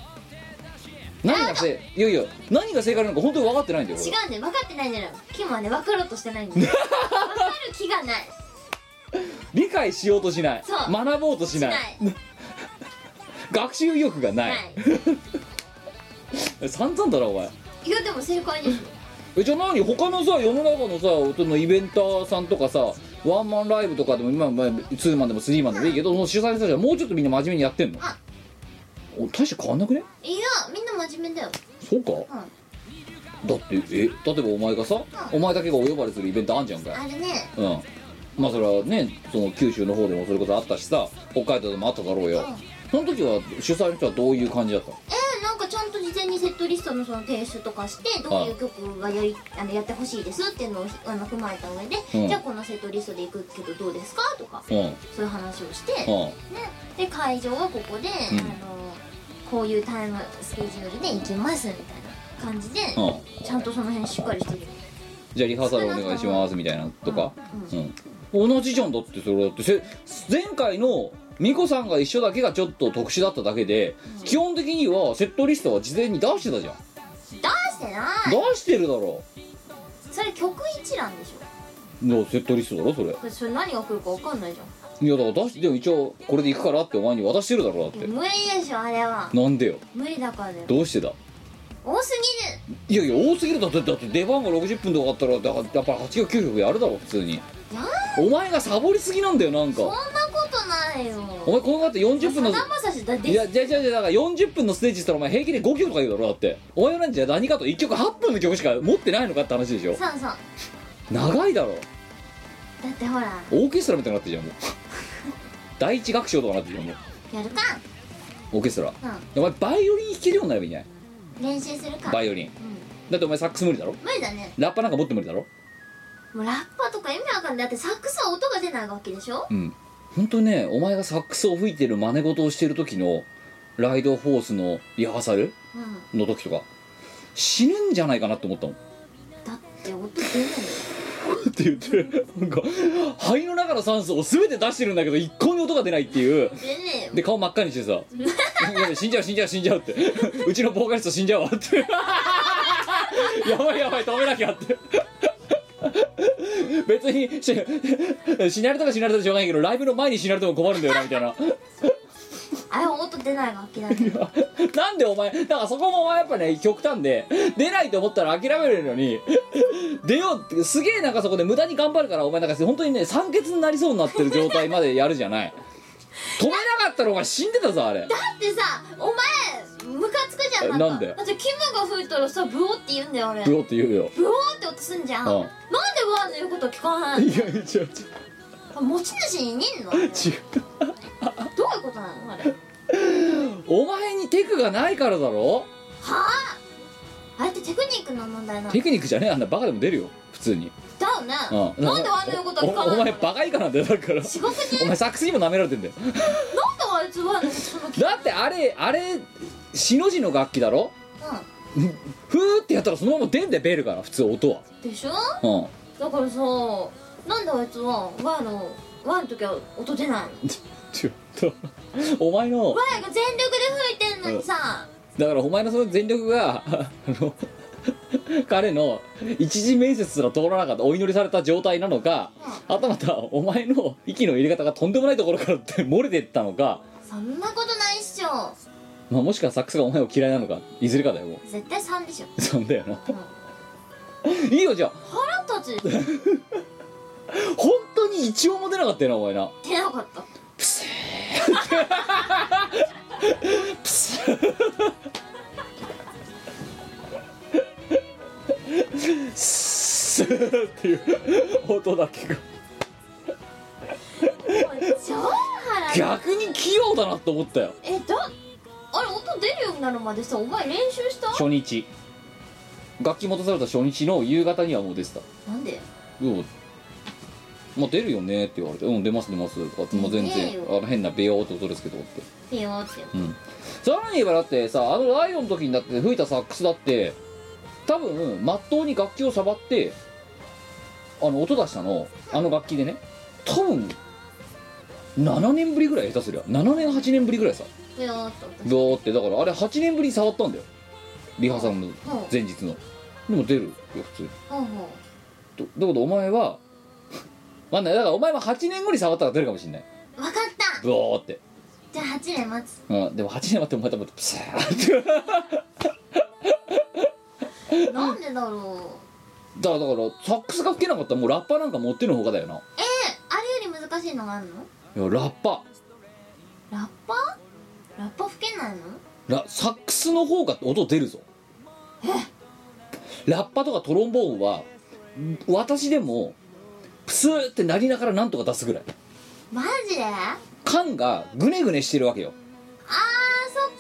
何がせいやいや何が正解なのか本当に分かってないんだよ違俺うね分かってないんだよキムはね分かろうとしてないん (laughs) だよ分かる気がない理解しようとしないそう学ぼうとししなないい学習意欲がない、ない散々だなお前いやでも正解ですよえじゃあ何他のさ世の中のさそのイベンターさんとかさワンマンライブとかでも今まあツーマンでもスリーマンでもいいけどその主催の人たちはもうちょっとみんな真面目にやってんのあお大して変わんなくねいやみんな真面目だよそうかうんだってえ例えばお前がさお前だけがお呼ばれするイベントあんじゃんかあれねうんまあそれはねその九州の方でもそういうことあったしさ北海道でもあっただろうよ、その時は主催の人はどういう感じだったのえー、なんかちゃんと事前にセットリストのその提出とかしてどういう曲がやりあのやってほしいですっていうのをひあの踏まえた上で、うんじゃあこのセットリストで行くけどどうですかとかうんそういう話をして、うんね、で会場はここで、うんあのこういうタイムスケジュールで行きますみたいな感じで、うんちゃんとその辺しっかりしてるじゃあリハーサルお願いしますみたいなとか、ううん同じじゃんだってそれだってせ前回のミコさんが一緒だけがちょっと特殊だっただけで、基本的にはセットリストは事前に出してたじゃん、出してない出してるだろそれ曲一覧でしょのセットリストだろそれこれそれ何が来るか分かんないじゃいやだから出してでも一応これでいくからってお前に渡してるだろだっんいやて無理でしょあれはなんでよ無理だからだよどうしてだ多すぎるいやいや多すぎるだってだって出番が60分とかあったらだやっぱ8曲9曲やるだろ普通にやお前がサボりすぎなんだよなんそんなかことないよお前この方40分のさだまさしだでいやじゃあじゃあじゃあだから40分のステージしたらお前平気で5曲とか言うだろだってお前なんじゃ何かと1曲8分の曲しか持ってないのかって話でしょさんさんだ長いだろってほらオーケストラみたいになってるじゃんもう (laughs) 第一楽章とかなってるじゃんもやるかうオーケストラうお前バイオリン弾けるようになればいいんじゃないん練習するかバイオオリンうんだってお前サックス無理だろ無理だねラッパなんか持って無理だろもうラッパとか意味わかんないだってサックスは音が出ないわけでしょうん本当にねお前がサックスを吹いてる真似事をしてる時のライドホースのリハーサルうんの時とか死ぬんじゃないかなって思ったもんだって音出ないよって言ってなんか肺の中の酸素を全て出してるんだけど一向に音が出ないっていう出ねえよで顔真っ赤にしてさ「いや死んじゃう死んじゃう死んじゃう」って「うちのボーカリスト死んじゃうわ」って「やばいやばい止めなきゃ」って別にし (laughs) 死なれたら死なれたらしょうがないけどライブの前に死なれても困るんだよなみたいなあれは音出ない楽器だね (laughs) なんでお前だからそこもお前やっぱね極端で出ないと思ったら諦めるのに (laughs) 出ようってすげえなんかそこで無駄に頑張るからお前なんか本当にね酸欠になりそうになってる状態までやるじゃ (laughs) ない止めなかったらお前死んでたぞあれだってさお前ムカつくじゃんえかなんでだってキムが吹いたらさブオって言うんだよあれブブオロって言うよって音すんじゃん、うんなんでワンの言うこと聞かないいのや違う違う持ち主に似んのあれどう違ういうことなのあれはお前にテクがないからだろああれってテクニックの問題なのだテクニックじゃねえあんなバカでも出るよ普通に、よね、うん、なんでワンの言うことお聞かおないの前バカ以下なんだよだ (laughs) からすごくねお前作詞にも舐められてんだよなんであいつワンの言うこと聞かだってあれあれしの字の楽器だろないふーってやったらそのまま出んでベルから普通音はうんでしょうんだからさなんであいつはワンのワンの時は音出ないのちょっとお前のワンが全力で吹いてんのにさ、だからお前のその全力があの彼の一次面接すら通らなかったお祈りされた状態なのかはたまたお前の息の入れ方がとんでもないところからって漏れてったのか、そんなことないっしょまあ、もしくはサックスがお前を嫌いなのかいずれかだよも絶対3でしょうそんだよなうんいいよじゃあ腹立つ出本当に一音も出なかったよなお前ななかったスーっていう音だけがもう超腹立つ逆に器用だなと思ったよえだあれ音出るようになるまでさお前練習した初日楽器持たされた初日の夕方にはもう出てたなんでうんまあ出るよねって言われて「うん出ます出ます」とかって、まあ、全出ねえ然よあの変なベヨーって音ですけどってピヨーってうんさらに言えばだってさあのライオンの時にだって吹いたサックスだって多分まっとうに楽器を触ってあの音出したのあの楽器でね多分7年ぶりぐらい下手すりゃ7年8年ぶりぐらいさピヨーって音しどうってだからあれ8年ぶりに触ったんだよリハーサルの前日のでも出るよ普通にほうほとだけどお前は (laughs) まあねだからお前は8年後に触ったら出るかもしんないうわかったブオーって、じゃあ8年待つうん、でも8年待ってお前多分プサーって (laughs) なんでだろうだからだからサックスが吹けなかったらもうラッパなんか持ってるほかだよなえあれより難しいのがあるのいやラッパラッパラッパ吹けないのラサックスの方が音出るぞラッパとかトロンボーンは私でもプスーって鳴りながらなんとか出すぐらいマジであ缶がグネグネしてるわけよーそ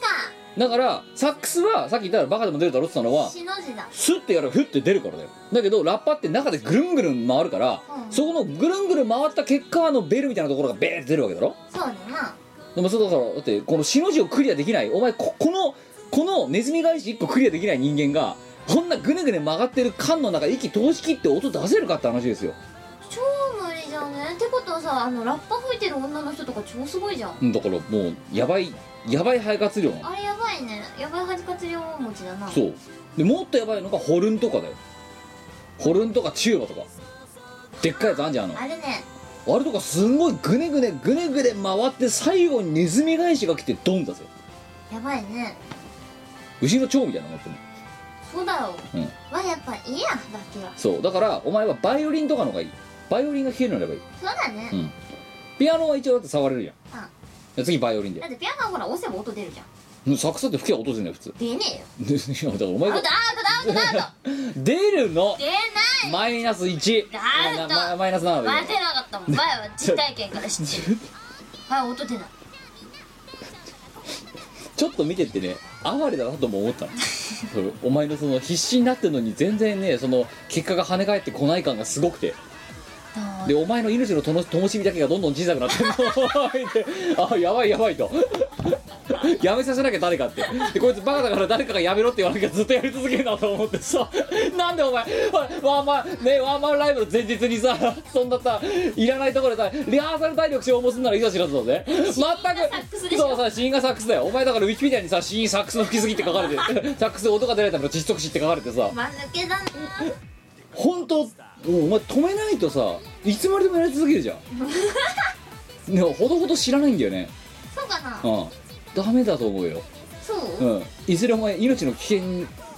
だからサックスはさっき言ったらバカでも出るだろって言ったのっかはしの字だスッてやればフッて出るからだよだけどラッパって中でぐるんぐるん回るから、うんそこのぐるんぐるん回った結果あのベルみたいなところがベーって出るわけだろそうだなでもそうだからだってこの死の字をクリアできないお前ここのこのネズミ返し1個クリアできない人間がこんなぐねぐね曲がってる缶の中息通し切って音出せるかって話ですよ超無理じゃんねってことはさあのラッパ吹いてる女の人とか超すごいじゃんうんだからもうやばいやばい肺活量なのあれやばいねやばい恥活量持ちだなそうでもっとやばいのがホルンとかだよホルンとかチューバとかでっかいやつあんじゃんあのあれねあれとかすんごいグネグネグネグネ回って最後にネズミ返しが来てドンだぜやばいね後ろ蝶みたいなの持ってるそうだよ、うんはやっぱいいやだけはそうだからお前はバイオリンとかの方がいいバイオリンが弾けるのやればいいそうだね、うんピアノは一応だって触れるじゃんうんじゃあ次バイオリンでだってピアノはほら押せば音出るじゃんサクサって吹きゃ音出ない普通 (laughs) 出ねえよいやだからおア前ウトアウがトアウトアウト出るの出ないマイナス1なんとマイナス7だ待けてなかったもん前は実体験から知ってるはい音出ないちょっと見てってね哀れだなとも思ったのそうお前のその必死になってるのに全然ねその結果が跳ね返ってこない感がすごくてどうでお前の命のとの灯火だけがどんどん小さくなって (laughs) るあやばいやばいと (laughs) やめさせなきゃ誰かってでこいつバカだから誰かがやめろって言わなきゃずっとやり続けるなと思ってさ (laughs) なんでお前おいワンマンねワンマンライブの前日にさ (laughs) そんなさいらないところでさリハーサル体力消耗すんならいざ知らずだぜサック全スでくしょそうさ死因がサックスだよお前だからウィキペディアにさ死因サックスの吹きすぎって書かれてサックスで音が出られたの窒息死って書かれてさ間抜けだな本当もうお前止めないとさいつまでもやり続けるじゃんでもほどほど知らないんだよねそうかなうんダメだと思うよそう、うんいずれお前命の危険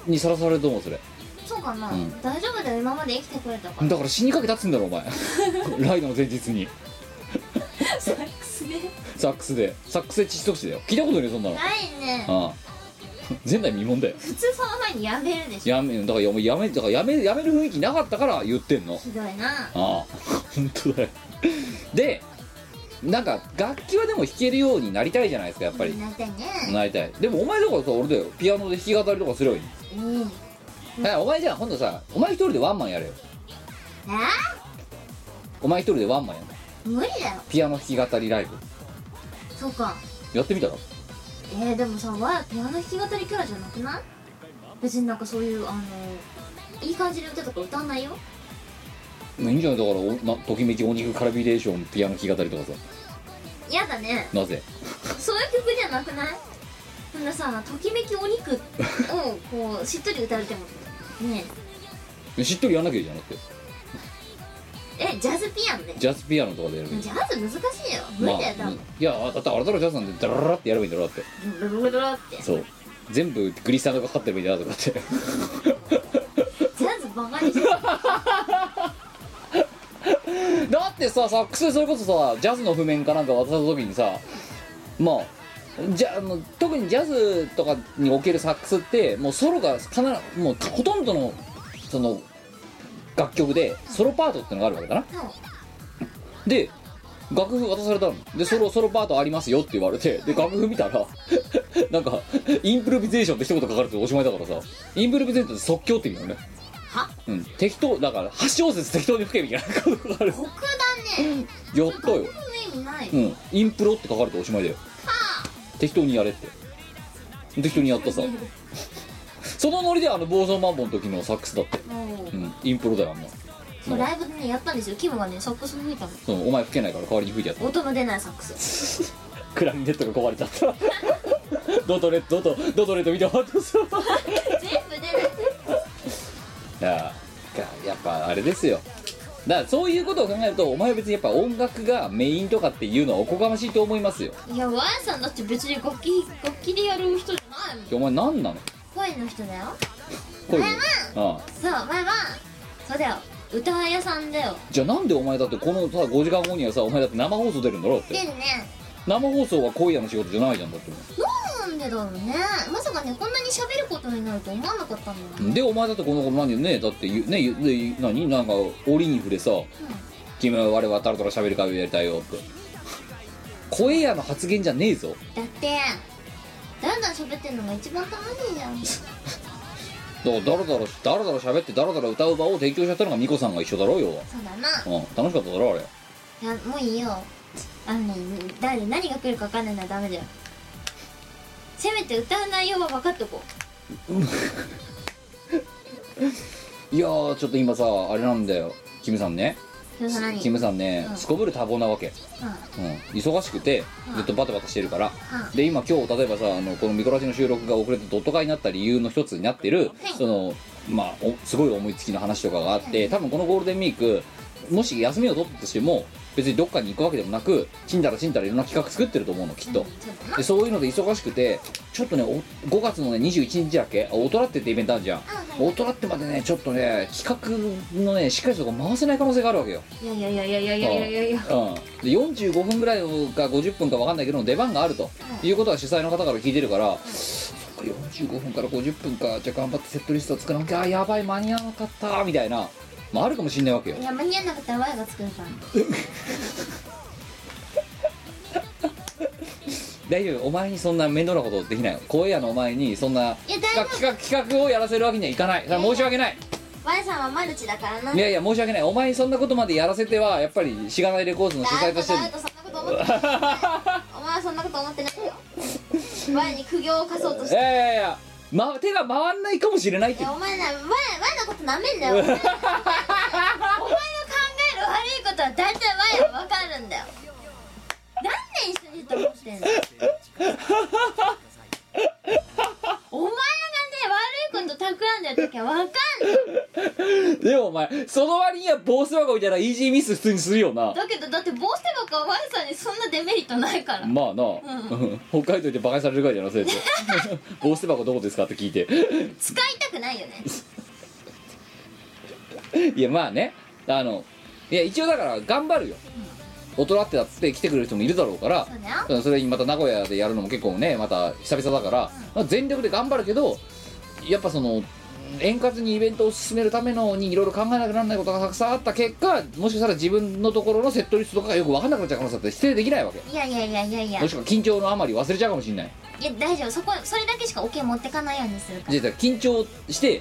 にさらされると思うそれそうかな、うん大丈夫だよ今まで生きてくれたからだから死にかけたっつうんだろお前ライドの前日にサックスねサックスでサックスで窒息死だよ聞いたことねえそんなのないねああ前代未聞だよ普通その前にやめるでしょやめだからやめやめだからやめやめる雰囲気なかったから言ってんのひどいなああ本当だよでなんか楽器はでも弾けるようになりたいじゃないですかやっぱりなりたいねなりたいでもお前だからさ俺だよピアノで弾き語りとかすればいい、うんねえお前じゃあ今度さお前一人でワンマンやれよお前一人でワンマンやる無理だよピアノ弾き語りライブそうかやってみたらえー、でもさわやピアノ弾き語りキャラじゃなくない別になんかそういうあのいい感じで歌とか歌わないよいいんじゃないだからおなときめきお肉カラビレーションピアノ弾き語りとかさやだねなぜそういう曲じゃなくないそんなさときめきお肉をこうしっとり歌うてもねしっとりやんなきゃいいじゃなくてええジャズピアノでジャズピアノとかでやるジャズ難しいよ無理だよ多分いやだってあれだろジャズなんてダラララってやればいいんだろだってドロドロドロってそう全部グリスタンドがかかってるみたいだとかってジャズバカにしてるだってさサックスでそれこそさジャズの譜面かなんか渡された時にさまあじゃあの特にジャズとかにおけるサックスってもうソロが必ずもうほとんどのその楽曲でソロパートってのがあるわけだなそうで楽譜渡されたのでソロソロパートありますよって言われてで楽譜見たら (laughs) なんかインプロビゼーションって一言書かれておしまいだからさインプロビゼーションって即興って意味だよねはうん適当だから8小節適当に吹けみたいなこと書かれて酷だねやったよこの意味ない、うん、インプロって書かれておしまいだよ適当にやれって適当にやったさそのノリであの暴走マンボの時のサックスだって、もううん、インプロだよあんなそうライブでねやったんですよキムがねサックス吹いたのそのお前吹けないから代わりに吹いてやった音の出ないサックスクラリネットが壊れちゃった (laughs) ドトレットドトドトレット見て終わったさ全部出ないいややっぱあれですよだからそういうことを考えるとお前は別にやっぱ音楽がメインとかっていうのはおこがましいと思いますよいやワンさんだって別に楽器楽器でやる人じゃないもんお前何なの声の人だよ恋のああそう前はそうだよ歌屋さんだよじゃあなんでお前だってこのさ5時間後にはさお前だって生放送出るんだろうって出るね生放送は今夜の仕事じゃないじゃんだってなんでだろうねまさかねこんなに喋ることになると思わなかったんだよでお前だってこの頃何よねだってゆねゆで何なんか折に触れさ「君は我はタラタラ喋る会をやりたいよ」って (laughs) 「声やの発言じゃねえぞだってだんだん喋ってんのが一番楽しいじゃんだからダラダラダラダラ喋ってダラダラ歌う場を提供しちゃったのがミコさんが一緒だろうよ、そうだなうん、楽しかっただろあれいやもういいよあのね誰何が来るか分かんないならダメだよせめて歌う内容は分かっとこういやーちょっと今さあれなんだよキムさんねそれが何キうんムさんね、うんすこぶる多忙なわけ、うん、忙しくてずっとバタバタしてるから、で今今日例えばさあのこのミコラジの収録が遅れてドット会になった理由の一つになってる、はいそのまあおすごい思いつきの話とかがあって多分このゴールデンウィークもし休みを取ったとしても別にどっかに行くわけでもなくちんたらちんたらいろんな企画作ってると思うのきっと、そうだなでそういうので忙しくてちょっとねお5月のね21日だっけあ大人ってってイベントあるじゃんうんは大人ってまでねちょっとね企画のねしっかりとこ回せない可能性があるわけよ、いいやいやいやいやいやいやいやいやうん、で45分ぐらいのか50分か分かんないけど出番があるとうんいうことは主催の方から聞いてるから、そっか45分から50分かじゃあ頑張ってセットリスト作らなきゃあやばい間に合わなかったみたいな、まあ、あるかもしんないわけよいや間に合わなかったらワイが作るから大丈夫お前にそんな面倒なことできないよ声やのお前にそんないや大丈企画企画をやらせるわけにはいかないそれは申し訳ないワイさんはマルチだからないやいや申し訳ないお前にそんなことまでやらせてはやっぱりしがないレコーズの主だ催ととしてだとそんなこと思ってないお前はそんなこと思ってないよワイに苦行を課そうとし (laughs) いてやいやいや、ま、手が回んないかもしれないっいてやお前なワイワイのことなめんだよお前お前の考える悪いことは大体ワイは分かるんだよ何年一緒にいると思ってんのお前がね悪いこと企んでる時は分かんないでもお前その割にはボース箱みたいなイージーミス普通にするよなだけどだって坊主とかはワイさんにそんなデメリットないからまあな、北海道でバカにされるぐらいじゃなせいでボース箱どこですかって聞いて使いたくないよねいやまあねあのいや一応だから頑張るよ大人ってだって来てくれる人もいるだろうからそうだようんそれにまた名古屋でやるのも結構ねまた久々だから、まあ全力で頑張るけどやっぱその円滑にイベントを進めるためのにいろいろ考えなくならないことがたくさんあった結果もしかしたら自分のところのセットリストとかがよく分かんなくなっちゃう可能性だって否定できないわけいやいやいやいやいやもしくは緊張のあまり忘れちゃうかもしれないいや大丈夫そこそれだけしかオ、ケ持ってかないようにするかじゃあ緊張して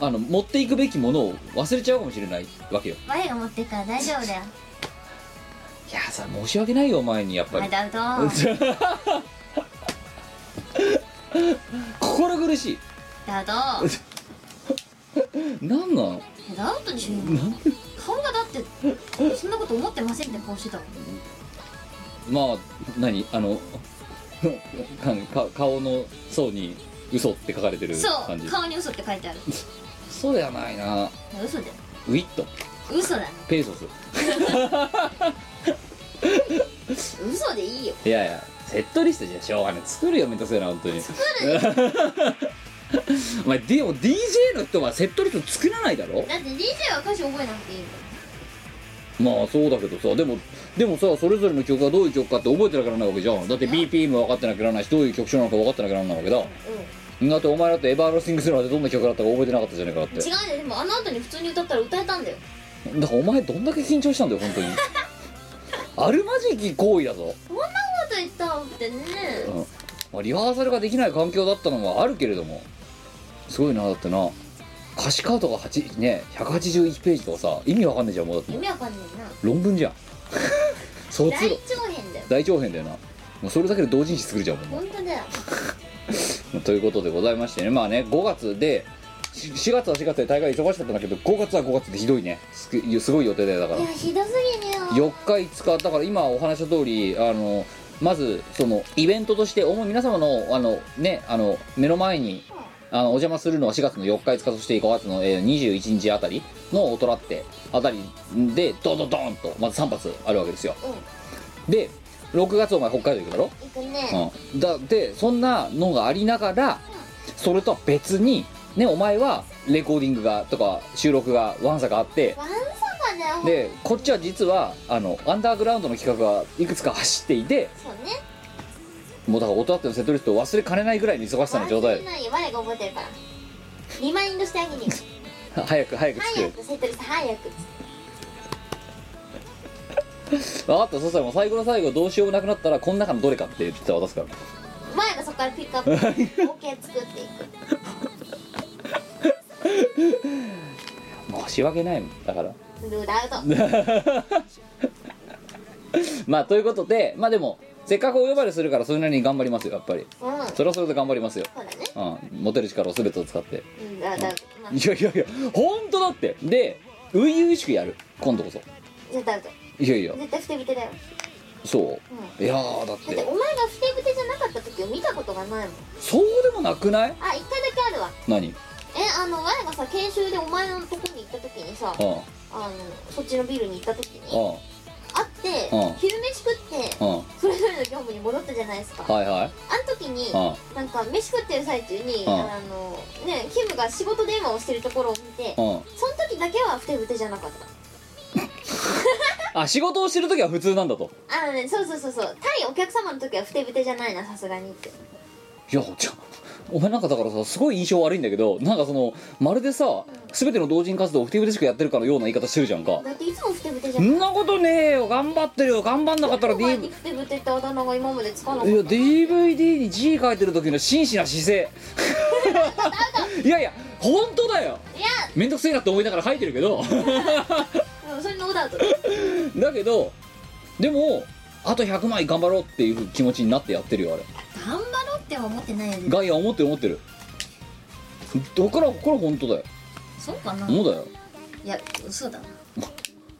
あの持っていくべきものを忘れちゃうかもしれないわけよら我が持ってっから大丈夫だよいやさ申し訳ないよお前にやっぱり前ダウトダウ (laughs) 心苦しトいなんなんダウトでしょ今顔がだってそんなこと思ってませんって顔してたもんまあ何あのかか顔の層に嘘って書かれてるそ感じう顔に嘘って書いてあるそうではないな嘘だよウィット嘘だねペーソス嘘でいいよいやいやセットリストじゃしょうがない作るよめんどくせえな本当に作る (laughs) お前でも DJ の人はセットリスト作らないだろだって DJ は歌詞覚えなくていいんだよまあそうだけどさでもでもさそれぞれの曲がどういう曲かって覚えてなきゃならないわけじゃんだって BPM 分かってなきゃならないしどういう曲調なのか分かってなきゃならないわけだだってお前だってエバーロスティングするまでどんな曲だったか覚えてなかったじゃねえかだって違うんだよでもあの後に普通に歌ったら歌えたんだよだからお前どんだけ緊張したんだよ本 (laughs) 当にあるまじき行為だぞ、こんなこと言ったってねうんまあ、リハーサルができない環境だったのはあるけれどもすごいなだってな歌詞カードが8ね181ページとかさ意味わかんないじゃんもうだってもう夢わかんねえな論文じゃん (laughs) 卒大論長編だよ大長編だよなもうそれだけで同人誌作るじゃんもう本当だよということでございましてねまあね5月でし4月は4月で大会忙しかったんだけど5月は5月でひどいねすくすごい予定だよだからいやひどすぎるよ4日5日だから今お話した通りあのまずそのイベントとして主に皆様のあのねあの目の前にあのお邪魔するのは4月の4日5日そして5月のえー21日あたりの大人ってあたりでドドドーンとまず3発あるわけですよで6月お前北海道行くだろ行くねうん、だでそんなのがありながらそれとは別にねお前はレコーディングがとか収録がわんさかあってワンサそうだよでこっちは実はあのアンダーグラウンドの企画がいくつか走っていてそうねもうだから音あってのセットリストを忘れかねないぐらいの忙しさの状態 (laughs) 忘れないよ我が覚えてるからリマインドしてあ (laughs) げるよ早く早く作早るくセットリスト早く分かったそしたらもう最後の最後どうしようもなくなったらこの中のどれかって言って渡すから前がそこからピックア (laughs) ップして OK 作っていく申し訳ないもんだからルールアウトまあということでまあでもせっかくお呼ばれするからそれなりに頑張りますよやっぱりうんそれはそれで頑張りますよそうだねうん持てる力を全てを使ってうんだだまあいやいやいや本当だってで初々しくやる今度こそ絶対アウトいやいや絶対ふてぶてだよそうういやーだっだっててお前がふてぶてじゃなかった時を見たことがないもんそうでもなくないあ一回だけあるわ何うんえあの前がさ研修でお前のとこに行った時にさあのそっちのビルに行った時にう会ってうん昼飯食ってんうんそれぞれの業務に戻ったじゃないですかあはいはいの時にうなんか飯食ってる最中にうんあのねキムが仕事電話をしてるところを見てんうんその時だけはふてぶてじゃなかったあ仕事をしてる時は普通なんだとあのねそうそうそうそう対お客様の時はふてぶてじゃないなさすがにっていやじゃあお前なんかだからさすごい印象悪いんだけどなんかそのまるでさ全ての同人活動を不定ブでしくやってるかのような言い方してるじゃんかだっていつもふてぶてじゃそんんなことねえよ頑張ってるよ頑張んなかったらお前に DV ふてぶてってあだ名が今までつかなかっいやた DVD に G 書いてる時の真摯な姿勢いやいや本当だよいやめんどくせえなって思いながら書いてるけどうんそれノーダウトだよだけどでもあと100枚頑張ろうっていう気持ちになってやってるよあれ頑張ろうっては思ってないよねガイア思ってる思ってるだからこれ本当だよそうかなもうだよいやそうだな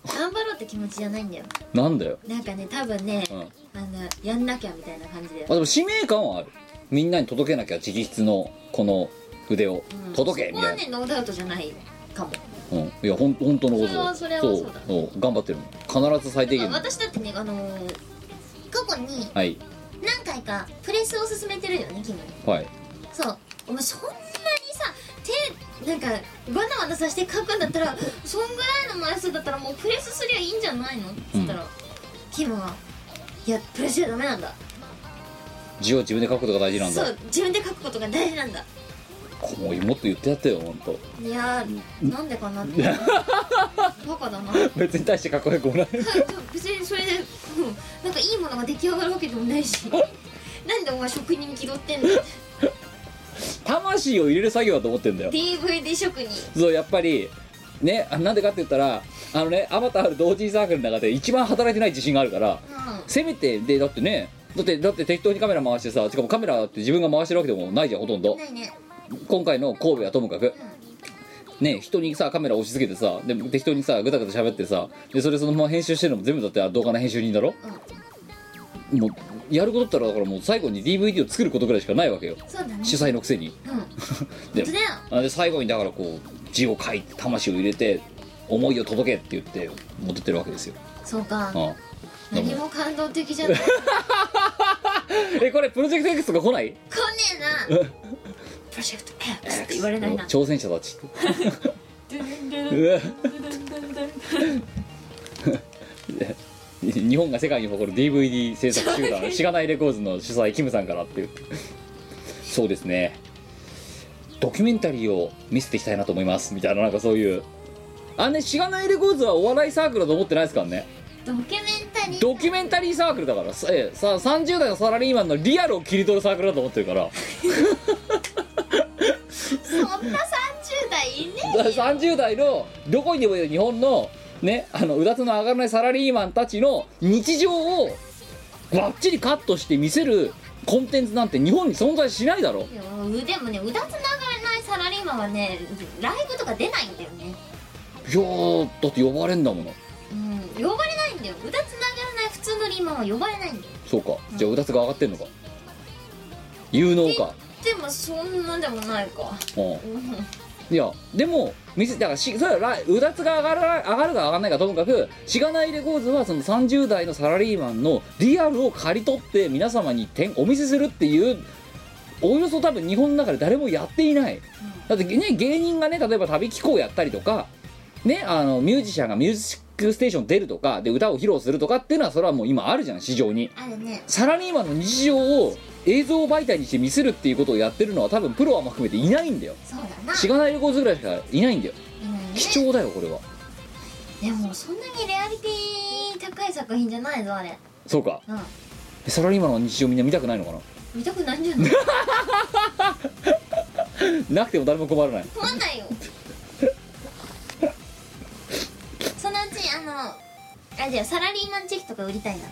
頑張ろうって気持ちじゃないんだよなんだよ、なんかね多分ねうん、ああのやんなきゃみたいな感じででも使命感はあるみんなに届けなきゃ直筆のこの筆を届けこみこはたいなねノーダウトじゃないかもうん、いやほん本当のことだよそれはそれはそうだうう頑張ってるの必ず最低限の私だってねあのー過去にはい何回かプレスを勧めてるよねキムにはいそうお前そんなにさ手なんかバナバナさせて書くんだったらそんぐらいの枚数だったらもうプレスすりゃいいんじゃないのっつったら、キムが「いやプレスじゃダメなんだ字を自分で書くことが大事なんそだう自分で書くことが大事なんだこもうもっと言ってやってよ本当いやーなんでかなって (laughs) バカだな別に大してかっこよくもない別にそれで、うん、なんかいいものが出来上がるわけでもないしなんでお前職人気取ってんの魂を入れる作業だと思ってんだよ DVD 職人そうやっぱりねあなんでかって言ったらあのねアバターある同時サークルの中で一番働いてない自信があるからうせめてでだってねだってだって適当にカメラ回してさしかもカメラって自分が回してるわけでもないじゃんほとんどんないね今回の神戸はともかくね人にさカメラ押し付けてさで適当にさぐたぐた喋ってさでそれそのまま編集してるのも全部だってあ動画の編集人だろもうやることだったらだからもう最後に DVD を作ることぐらいしかないわけよそうだね主催のくせにうん本で当だよあで最後にだからこう字を書いて魂を入れて思いを届けって言って持ってってるわけですよそうかああだか何らも感動的じゃない来ねえこれプロジェクト X が来ないえなプロジェクト X って言われないな挑戦者たち (laughs) 日本が世界に誇る DVD 制作集団しがないレコーズの主催キムさんからっていうそうですねドキュメンタリーを見せていきたいなと思いますみたいななんかそういうあねしがないレコーズはお笑いサークルだと思ってないですからねドキュメンタリードキュメンタリーサークルだからさえさ30代のサラリーマンのリアルを切り取るサークルだと思ってるからそんな30代いねえよ30代のどこにでもいる日本のねあのうだつの上がらないサラリーマンたちの日常をばっちりカットして見せるコンテンツなんて日本に存在しないだろいやでもねうだつながれないサラリーマンはねライブとか出ないんだよねいやーだって呼ばれんだものうん呼ばれないんだようだつながれない普通のリーマンは呼ばれないんだよそうかじゃあうだつが上がってんのか有能かでもそんなでもないかうんうんいやでも見せだからしそれはラうだつが上がら上がるか上がらないかともかくしがないレコーズはその30代のサラリーマンのリアルを刈り取って皆様にてお見せするっていうおおよそ多分日本の中で誰もやっていないだってね芸人がね例えば旅機構やったりとかねあのミュージシャンがミュージ球ステーション出るとかで歌を披露するとかっていうのはそれはもう今あるじゃん市場にあるねサラリーマンの日常を映像媒体にして見せるっていうことをやってるのは多分プロは含めていないんだよそうだなしがない旅行図ぐらいしかいないんだよいないね貴重だよこれはでもそんなにレアリティ高い作品じゃないぞあれそうかうんサラリーマンの日常みんな見たくないのかな見たくないんじゃないなくても誰も困らない困んないよそのうちあのあれだよサラリーマンチェキとか売りたいな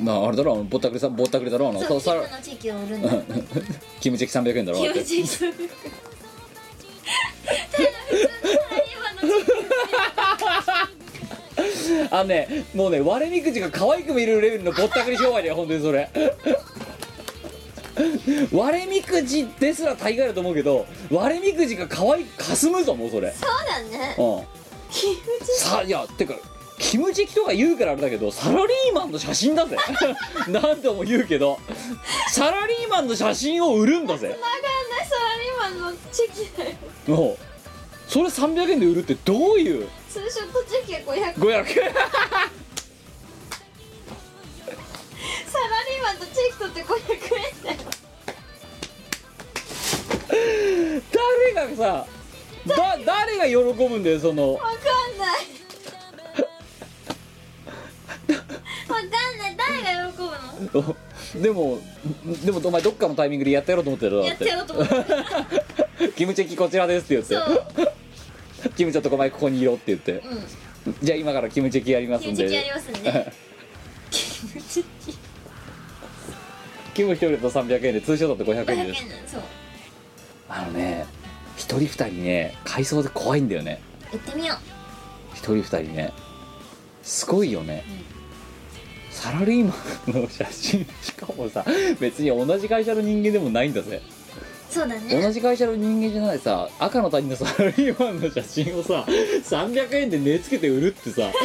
まああれだろあのぼったくれさぼったくれだろあのそうさキさムのチェキを売るんだよ (laughs) キムチェキ300円だろキムチェキそうただ普通のサラリーマンのチェキあのねもうね割れにくじが可愛く見えるレベルのぼったくり商売だよ本当にそれ (laughs) 割れみくじですら大概だと思うけど割れみくじが可愛くかすむぞもうそれそうだねうんさいやてかキムチキとか言うからあれだけどサラリーマンの写真だぜ (laughs) 何度も言うけどサラリーマンの写真を売るんだぜわかんないサラリーマンのチェキだよもうそれ300円で売るってどういう通称とチェキは500 500円サラリーマンとチェキ取って500円だよ誰がさだ誰が喜ぶんだよそのわかんないわかんない誰が喜ぶのでもでもお前どっかのタイミングでやってやろうと思ってるだろやだってようと思ってってキムチェキこちらですってそ言っうてキムちょっとお前ここにいろって言ってうんじゃあ今からキムチェキやりますキんムチェキやでりますん (laughs) でキムチェキキム一人だと300円で通称だと500 500円円ですなんそうあのね一人二人ね改装で怖いんだよね行ってみよう一人二人ねすごいよね、サラリーマンの写真しかもさ別に同じ会社の人間でもないんだぜそうだね同じ会社の人間じゃないさ赤の他人のサラリーマンの写真をさ300円で値付けて売るってさ (laughs)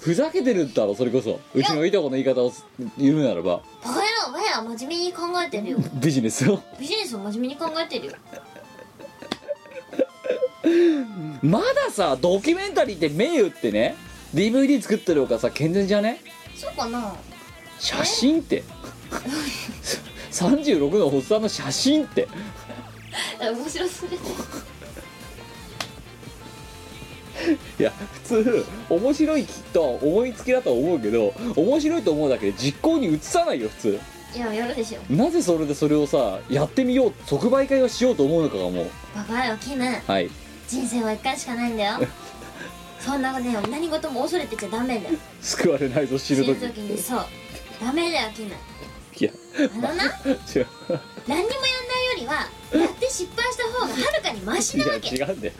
ふざけてるんだろそれこそうちのいとこの言い方を言うならばバカ野郎バカ野郎真面目に考えてるよビジネスをビジネスを真面目に考えてるよまださドキュメンタリーって銘打ってね DVD 作ってるほかさ健全じゃねそうかな写真って36のおっさんの写真ってあ面白すぎるいや普通面白いとは思いつきだとは思うけど面白いと思うだけで実行に移さないよ普通いややるでしょなぜそれでそれをさやってみよう即売会をしようと思うのかがもうバカ野郎キムはい人生は一回しかないんだ (laughs) よそんなね何事も恐れてちゃダメだよ救われないぞ死死ぬぬ時時にそうダメだよキムいやあのな違う何にもやんないよりはやって失敗した方がはるかにマシいなやわけ違うんだよ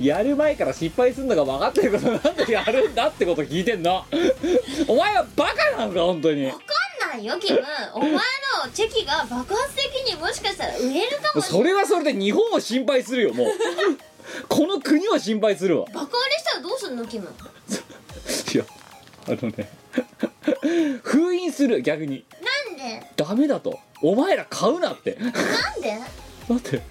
やる前から失敗するのが分かってることなんでやるんだってこと聞いてんのお前はバカなのか本当にわかんないよキ (laughs) ムお前のチェキが爆発的にもしかしたら売れるかもしれそれはそれで日本を心配するよもうこの国は心配するわない爆売れしたらどうすんのキムいやあのね封印する逆になんでダメだとお前ら買うなってなんでだって考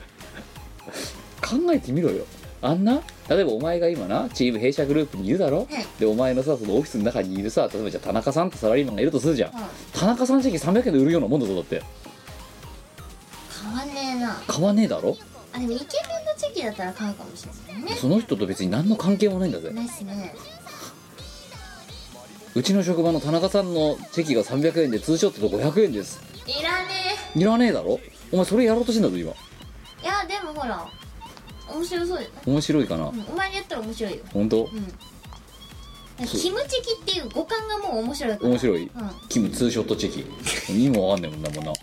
えてみろよあんな例えばお前が今なチーム弊社グループにいるだろ、はいでお前のさそのオフィスの中にいるさ例えばじゃあ田中さんってサラリーマンがいるとするじゃん、うん田中さんチェキ300円で売るようなもんだぞだって買わねえな買わねえだろあでもイケメンのチェキだったら買うかもしれないねその人と別に何の関係もないんだぜないっすねうちの職場の田中さんのチェキが300円でツーショットと500円ですいらねいらねえだろお前それやろうとしてんだぞ今えいやでもほら面白そうじゃない面白いかな、うんお前でやったら面白いよ本当うんキムチェキっていう五感がもう面白いから面白いうん、キムツーショットチェキ意味もわかんねえもんなもんな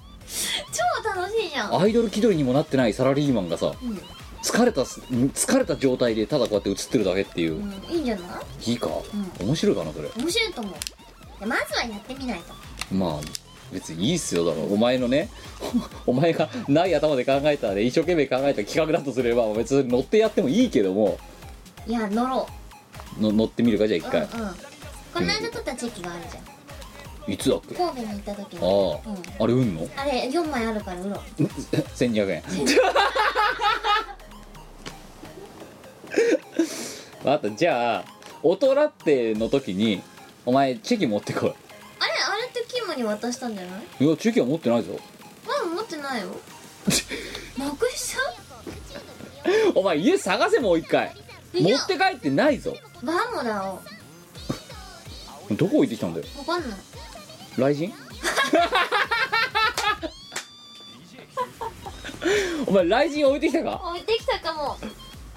超楽しいじゃんアイドル気取りにもなってないサラリーマンがさうん疲れたす疲れた状態でただこうやって映ってるだけっていう、うんいいんじゃないいいか、う面白いかなそれ面白いと思うでまずはやってみないとまあ別にいいっすよだからお前のね (laughs) お前がない頭で考えたね一生懸命考えた企画だとすれば別に乗ってやってもいいけどもいや乗ろの乗ってみるかじゃあ一ううん回うん、この間取ったチェキがあるじゃんいつだっけあ神戸に行った時あ、にうんあれうんの (laughs) あれ4枚あるから売ろう1200円 (laughs) わかったじゃあ音ラッテの時にお前チェキ持ってこあれあれってキムに渡したんじゃないいいやチェキは持ってないぞワン持って (laughs) ないよなくしちゃ (laughs) お前家探せもう一回い持やって帰ってないぞうバモだよどこ置いてきたんだよわかんない雷神 (laughs) お前雷神置いてきたか置いてきたかも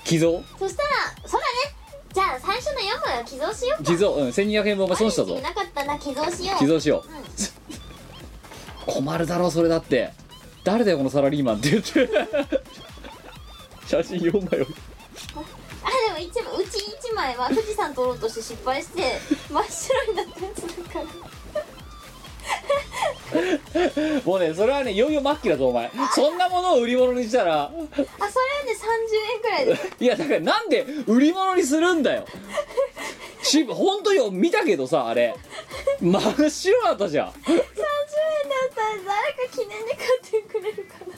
寄贈そしたらそうだねじゃあ最初の4枚は寄贈しようか寄贈うん1200円分お前損したぞなかったな寄贈しよう寄贈しよううん困るだろそれだって誰だよこのサラリーマンって言って写真4枚置いてあでも一枚うち一枚は富士山撮ろうとして失敗して真っ白になったやつだからもうねそれはねいよいよ末期だぞお前そんなものを売り物にしたらあそれはね30円くらいでいやだからなんで売り物にするんだよし本当よ見たけどさあれ真っ白だったじゃん30円だったら誰か記念で買ってくれるかな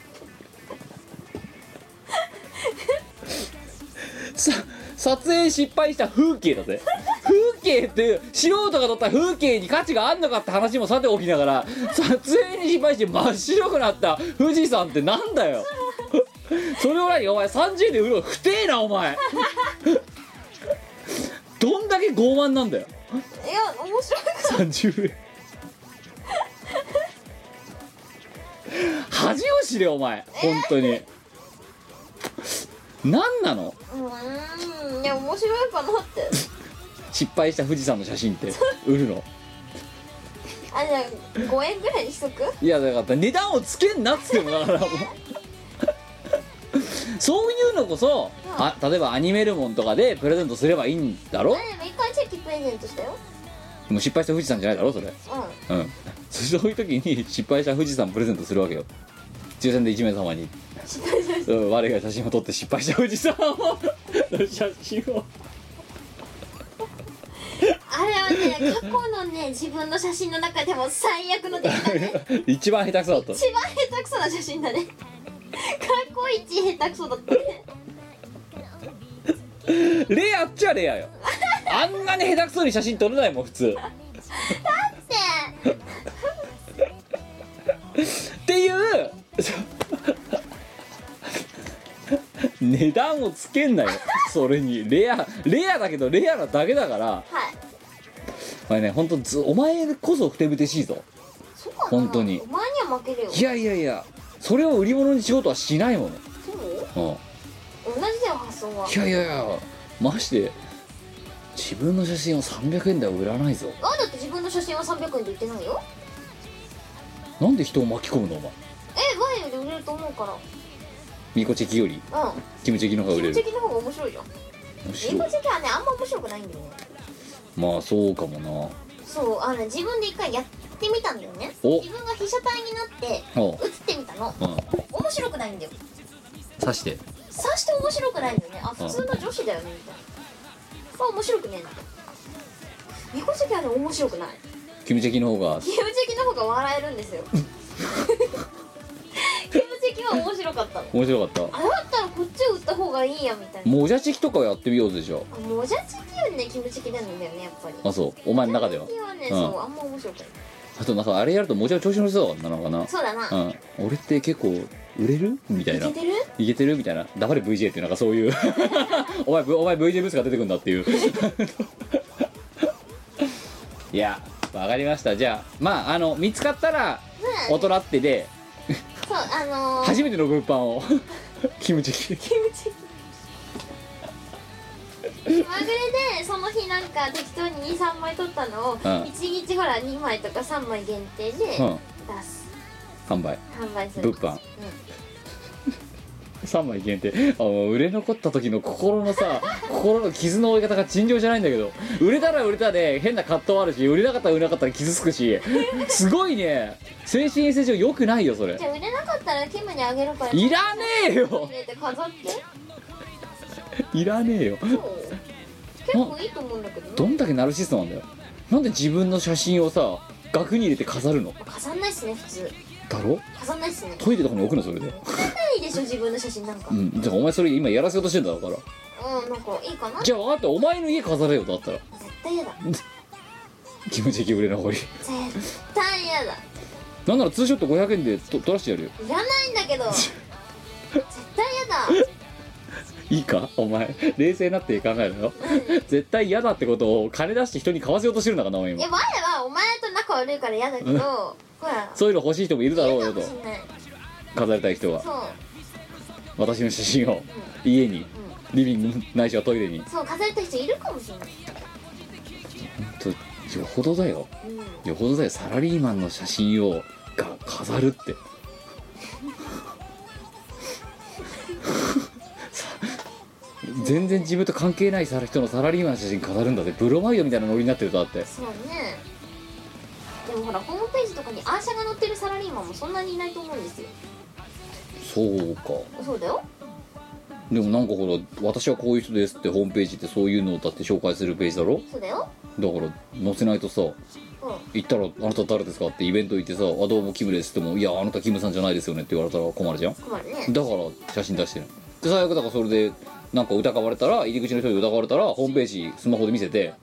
さ撮影失敗した風景だぜ風景って素人が撮った風景に価値があんのかって話もさておきながら撮影に失敗して真っ白くなった富士山ってなんだよそれを何お前30で売るの不定なお前どんだけ傲慢なんだよいや面白いか30円恥を知れお前本当に何なのうーんいや面白いかなって失敗した富士山の写真って売るのあじゃあ5円ぐらいにしとくいやだから値段をつけんなっつってもだからもうそういうのこそあ例えばアニメルモンとかでプレゼントすればいいんだろあでも一回チェキプレゼントしたよもう失敗した富士山じゃないだろそれうんうん (laughs) そしてそういう時に失敗した富士山プレゼントするわけよ抽選で1名様にうん、我が写真を撮って失敗した富士山を写真をあれはね過去のね自分の写真の中でも最悪の出来だね一番下手くそだった (laughs) 一番下手くそな写真だね過去一下手くそだったねレアっちゃレアよあんなに下手くそに写真撮れないもん普通でっていう値段をつけんなよそれにレアレアだけどレアなだけだからはいお前ね本当ずお前こそふてぶてしいぞそうかな本当にお前には負けるよいやいやいやそれを売り物にしようとはしないもの、そううん、い同じだよ発想はやいやいやまして自分の写真を300円では売らないぞあだって自分の写真は300円で売ってないよなんで人を巻き込むのお前えワインより売れると思うからミコチェキよりうんキムチェキの方が売キれムチェるキの方が面白いじゃんむし英ろ語チェキはねあんま面白くないんだよねまあそうかもなそうあのね自分で一回やってみたんだよねお自分が被写体になっておう写ってみたのうん面白くないんだよ刺してさして面白くないんだよねあ普通の女子だよねみたいなあ面白くねえなニコチェキはね面白くないキムチェキの方がキムチェキの方が笑える (laughs) んですよキムチェキは面白かったの面白かったあだったらこっちを打った方がいいやみたいなもじゃチェキとかやってみようぜじゃあもじゃチェキよりねキムチェキなんだよねやっぱりああそうお前の中ではキムチェキはね、うんそうあんま面白くないあとなんかあれやるともじゃ調子乗りそうなのかなそうだな、うん俺って結構売れるみたいいなけてるいけてるみたいな黙れ VJ ってなんかそういう (laughs) お前お前 VJ ブースが出てくるんだっていう (laughs) いやわかりましたじゃあまああの見つかったらうん大人ってでそうあのー、初めての物販を (laughs) キムチェキキムチ気まぐれでその日なんか適当に23枚取ったのを1日ほら2枚とか3枚限定で出うんす、販売販売する物販3枚限定あの売れ残った時の心の (laughs) さ心の傷の負い方が尋常じゃないんだけど売れたら売れたで変な葛藤あるし売れなかったら売れなかったら傷つく (laughs) しすごいね精神衛生上良くないよそれじゃあ売れなかったらキムにあげるからいらねえよ入れて飾って (laughs) いらねえよそう結構いいと思うんだけどどねんだけナルシストなんだよなんで自分の写真をさ額に入れて飾るの飾んないっすね普通だろ飾んないっすねトイレとかに置くのそれで飾んないでしょ自分の写真なんかうんじゃあお前それ今やらせようとしてんだろだからうんなんかいいかなじゃあ分かったお前の家飾れよだったら絶対嫌だ気持ちいい俺のり絶対嫌だなんならツーショット500円でと撮らしてやるよいらないんだけど絶対嫌だいいかお前冷静になって考えるよ絶対嫌だってことを金出して人に買わせようとしてるんだからなお前いや今前はお前と仲悪いから嫌だけうんどほらそういうの欲しい人もいるだろう嫌よかともしんない飾りたい人はそう私の写真を家にリビングないしはトイレにそう飾れた人いるかもしれない、とよほどだようん、よほどだよサラリーマンの写真をが飾るってさ全然自分と関係ないさ人のサラリーマンの写真飾るんだってブロマイドみたいなノリになってるとだってそうねでもほらホームページとかにアーシャが載ってるサラリーマンもそんなにいないと思うんですよそうかそうだよでもなんかほら私はこういう人ですってホームページってそういうのをだって紹介するページだろそうだよだから載せないとさうん行ったら「あなた誰ですか?」ってイベント行ってさ「あどうもキムです」って言っても「いやあなたキムさんじゃないですよね」って言われたら困るじゃん困るねだから写真出してるで最悪だからそれでなんか疑われたら入り口の人に疑われたらホームページスマホで見せて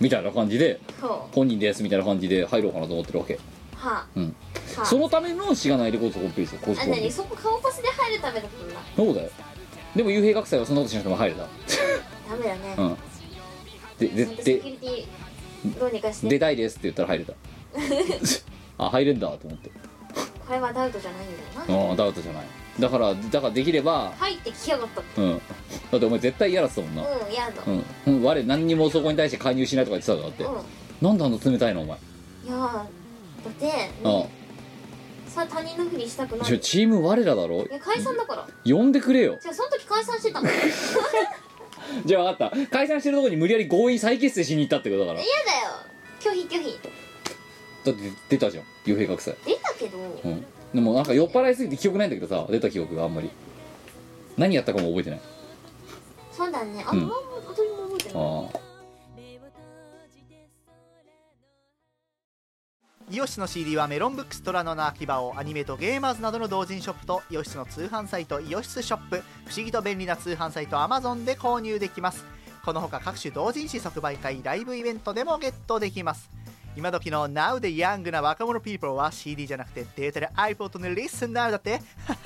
みたいな感じでそ本人ですみたいな感じで入ろうかなと思ってるわけうはうんあはそのためのしがないレコードホームページだ公式あホあームペ何ージそこ顔パスで入るためだったんだそうだよでも幽閉学祭はそんなことしなくても入れダメだねたうんでちでゃんとセでキュリティどうにかして出たいですって言ったら入れたあ入れんだと思ってこれはダウトじゃないんだよなああダウトじゃないだからだからできれば入ってきやがったうんだってお前絶対嫌だったもんなうん嫌だうん、うん、我何にもそこに対して介入しないとか言ってたんだって、うなんであんな冷たいのお前、んいやーだってあさあ他人のふりしたくあないちょいチーム我らだろや解散だから呼んでくれよじゃあその時解散してた (laughs) の嫌だよじゃあ分かった解散してるとこに無理やり強引再結成しに行ったってことだから拒否拒否だって出たじゃん幽閉学祭出たけどうんでもなんか酔っ払いすぎて記憶ないんだけどさ出た記憶があんまり何やったかも覚えてないそうだねあうんんま踊りも覚えてないああイオシスの CD はメロンブックストラノの秋葉をアニメとゲーマーズなどの同人ショップとイオシスの通販サイトイオシスショップ不思議と便利な通販サイト Amazon で購入できますこのほか各種同人誌即売会ライブイベントでもゲットできます今時の Now でヤングな若者 people は CD じゃなくてデータで iPod の Listen Now だって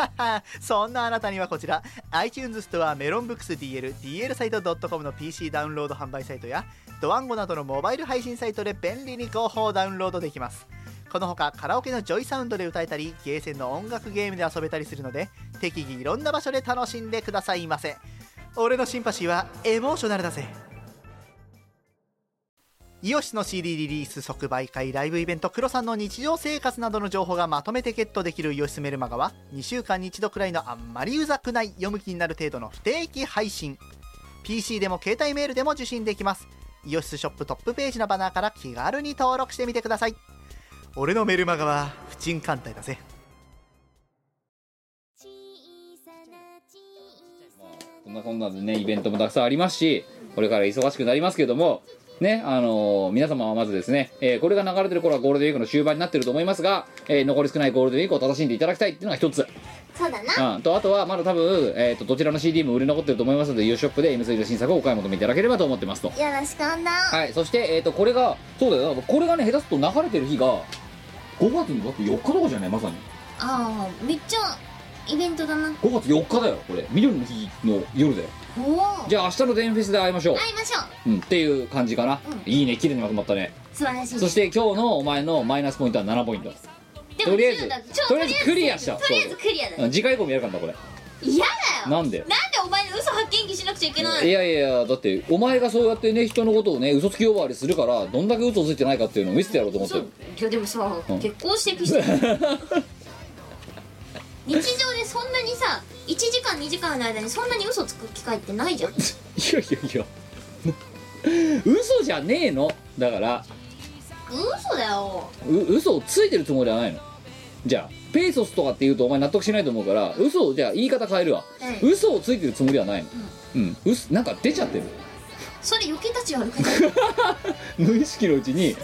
(laughs) そんなあなたにはこちら iTunes ストアメロンブックス DL DL サイト .com の PC ダウンロード販売サイトやドワンゴなどのモバイル配信サイトで便利に広報ダウンロードできますこのほかカラオケのジョイサウンドで歌えたりゲーセンの音楽ゲームで遊べたりするので適宜いろんな場所で楽しんでくださいませ俺のシンパシーはエモーショナルだぜイオシスの CD リリース即売会ライブイベントクロさんの日常生活などの情報がまとめてゲットできるイオシスメルマガは2週間に一度くらいのあんまりうざくない読む気になる程度の不定期配信 PC でも携帯メールでも受信できますイオシスショップトップページのバナーから気軽に登録してみてください俺のメルマガは不沈艦隊だぜこんなこんなでねイベントもたくさんありますしこれから忙しくなりますけれどもねあのー皆様はまずですね、えーこれが流れてる頃はゴールデンウィークの終盤になってると思いますが、えー残り少ないゴールデンウィークを楽しんでいただきたいっていうのが一つ、そうだなうん、とあとはまだ多分、えー、とどちらの CD も売れ残ってると思いますので U ショップで M3 の新作をお買い求めいただければと思ってますとよろしくおんだはいそして、えー、とこれがそうだよこれがね下手すると流れてる日が5月のだって4日とかじゃないまさにああめっちゃイベントだな5月4日だよこれ緑の日の夜だよおおじゃあ明日のデンフェスで会いましょう、会いましょううん、っていう感じかな、うんいいね綺麗にまとまったね素晴らしいそして今日のお前のマイナスポイントは7ポイントでもとりあえず10だちょとりあえずクリアしたとりあえずクリアだうん次回以降もやるからなこれ嫌だよななんんででお前の嘘発見器しなくちゃいけないいのやいやいやだってお前がそうやってね人のことをね嘘つき呼ばわりするからどんだけ嘘ついてないかっていうのを見せてやろうと思ってそうるいやでもさ、うん結婚してくして (laughs) 日常でそんなにさ1時間2時間の間にそんなに嘘つく機会ってないじゃんいやいやいや嘘じゃねえのだから嘘だよう嘘をついてるつもりはないのじゃあペーソスとかって言うとお前納得しないと思うから嘘をじゃあ言い方変えるわ、う嘘をついてるつもりはないのうん、嘘なんか出ちゃってるそれ余計たち悪くない無意識のうちに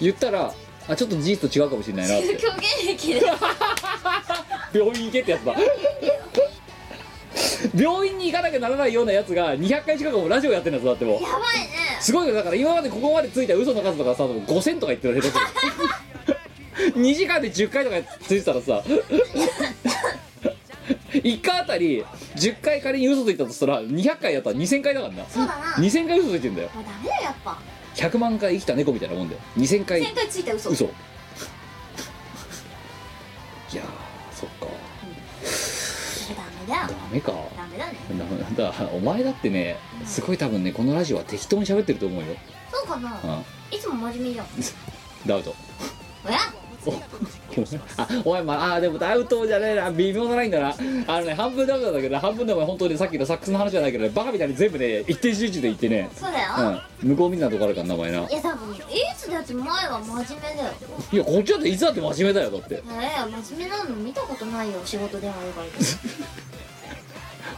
言ったらあちょっと事実と違うかもしれないなって狂言癖で病院行けってやつだ病院に行かなきゃならないようなやつが200回近くもラジオやってるんだぞだってもうやばいねすごいよだから今までここまでついた嘘の数とかさ5000とか言ってるわけ (laughs) ど2時間で10回とかついてたらさ1回あたり10回仮に嘘ついたとしたら200回やったら2000回だからなそうだな2000回嘘ついてんだよもうダメだよやっぱ100万回生きた猫みたいなもんだよ2000回前回ついた嘘嘘いやーそっかダメだよダメかダメだねななんだお前だってねすごい多分ねこのラジオは適当に喋ってると思うよ、そうかうないつも真面目じゃんん、ダウトおやあお前まああーでもダウトじゃねえな微妙なラインだなあのね半分ダウトなんだけど半分でお前本当にさっきのサックスの話じゃないけどねバカみたいに全部ね一定集中で言ってねそうだよ、うん向こうみんなとこあるからなお前ないや多分いつだって前は真面目だよいやこっちだっていつだって真面目だよだってええ真面目なの見たことないよ仕事でもよかった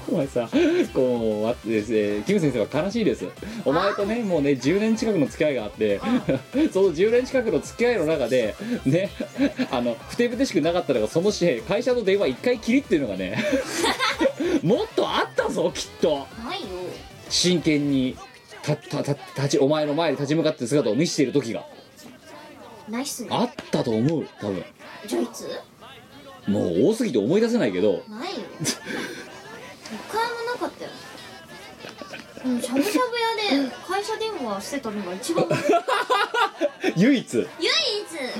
お前さこうわえーキム先生は悲しいですお前とねもうね10年近くの付き合いがあってその10年近くの付き合いの中でねあのふてぶてしくなかったのがそのし会社の電話一回きりっていうのが (laughs) ねもっとあったぞきっとないよ真剣にたたた立ちお前の前に立ち向かってる姿を見せている時がないっすねあったと思う多分じゃあいつもう多すぎて思い出せないけどないよ一回もなか (laughs) ったようんしゃぶしゃぶ屋で会社電話してたのが一 (laughs) 番唯一唯一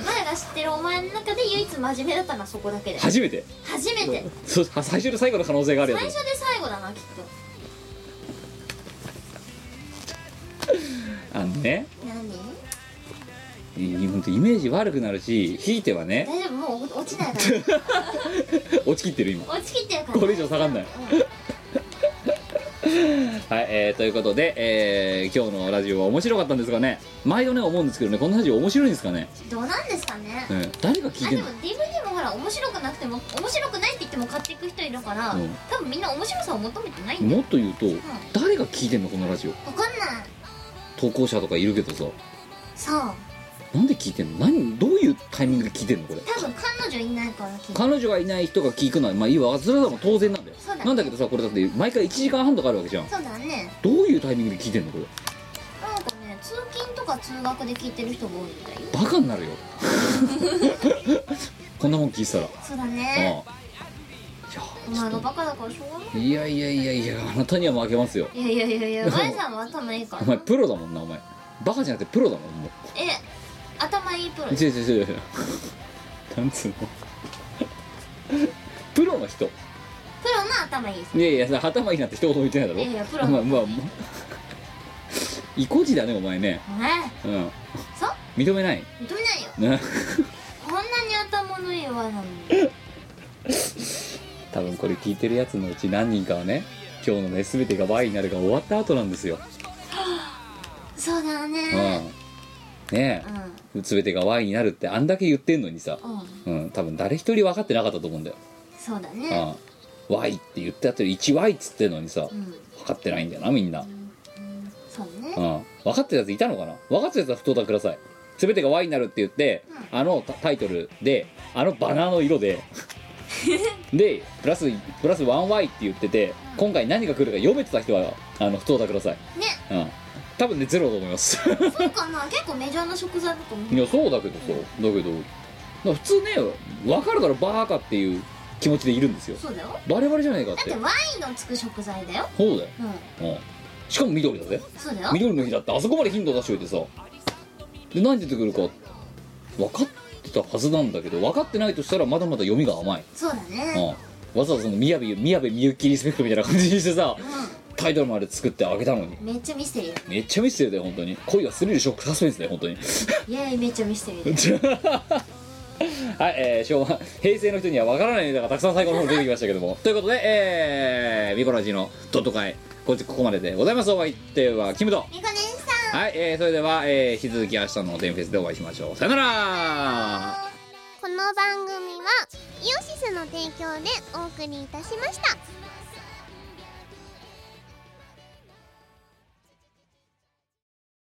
前が知ってるお前の中で唯一真面目だったのはそこだけで初めて初めてそう最初で最後の可能性があるや最つ初で最後だなきっあのねと何本当イメージ悪くなるしひいてはね大丈夫もう落ちないから (laughs) 落ちきってる今落ちきってるからこれ以上下がんないはい、えーということで、えー今日のラジオは面白かったんですがね毎度ね思うんですけどねこのラジオ面白いんですかね、どうなんですかねうん、誰が聞いあてでんもの DVD もほら面白くなくても面白くないって言っても買っていく人いるから、うん多分みんな面白さを求めてないんだよもっと言うと誰が聞いてんのこのラジオ分かんない投稿者とかいるけどさそうなんで聞いてんの何どういうタイミングで聞いてんのこれ多分彼女いないから聞いて彼女がいない人が聞くのはまあいいわそれはもう当然なんだよそうだねなんだけどさこれだって毎回1時間半とかあるわけじゃんそうだねどういうタイミングで聞いてんのこれなんかね通勤とか通学で聞いてる人が多いみたいよバカになるよ (laughs) こんなもん聞いてたらそうだああねおいや前がバカだからしょうがないやいやいやいやあなたには負けますよいいやいやいやいや前さんは頭いいかお前らプロだもんなお前バカじゃなくてプロだもんもえ頭いいプロう違う違う違う違うなんつうのプロの人プロの頭いいいやいや頭いいなんて一言も言ってないだろいやいやプロまあまあまあ意固地だねお前ねねうんそう認めない認めないよなこんなに頭のいいわなのに多分これ聞いてるやつのうち何人かはね今日のね全てが倍になるが終わった後なんですよそうだうんねねうんうえ全てが Y になるってあんだけ言ってんのにさ、んうん、多分誰一人分かってなかったと思うんだよ、そうだうねん、Y って言ってあってる 1Y っつってんのにさうん分かってないんだよなみんな、そううねん、分かってるやついたのかな分かってるやつは不当だください全てが Y になるって言って、あのタタイトルであのバナーの色ででプラスプラス 1Y って言ってて今回何が来るか読めてた人はあの不当だください、ねうん、多分ねゼロだと思いますそうかな結構メジャーな食材だと思ういやそうだけどさだけどだから普通ね分かるからバーカっていう気持ちでいるんですよそうだよバレバレじゃないかっだっててワインのつく食材だよそうだよ、うんうん、しかも緑だぜそうだよ緑の日だってあそこまで頻度出しといてさで何出てくるか分かってたはずなんだけど分かってないとしたらまだまだ読みが甘い、そうだうん、ねわざわざその宮部宮部みゆきリスペクトみたいな感じにしてさタイトルまで作ってあげたのにうんめっちゃミステリーめっちゃミステリーだよ本当に恋はスリルショックサスペンスだよ本当にイエーイめっちゃミステリ (laughs) ーだよはい、えー昭和平成の人にはわからないネタがたくさん最後の方に出てきましたけどもということでえーミコラジのドット会こいつここまででございますお相手はキムとみこねんさはい、えーそれでは、えー引き続き明日のお天フェスでお会いしましょうさよならこの番組はイオシスの提供でお送りいたしました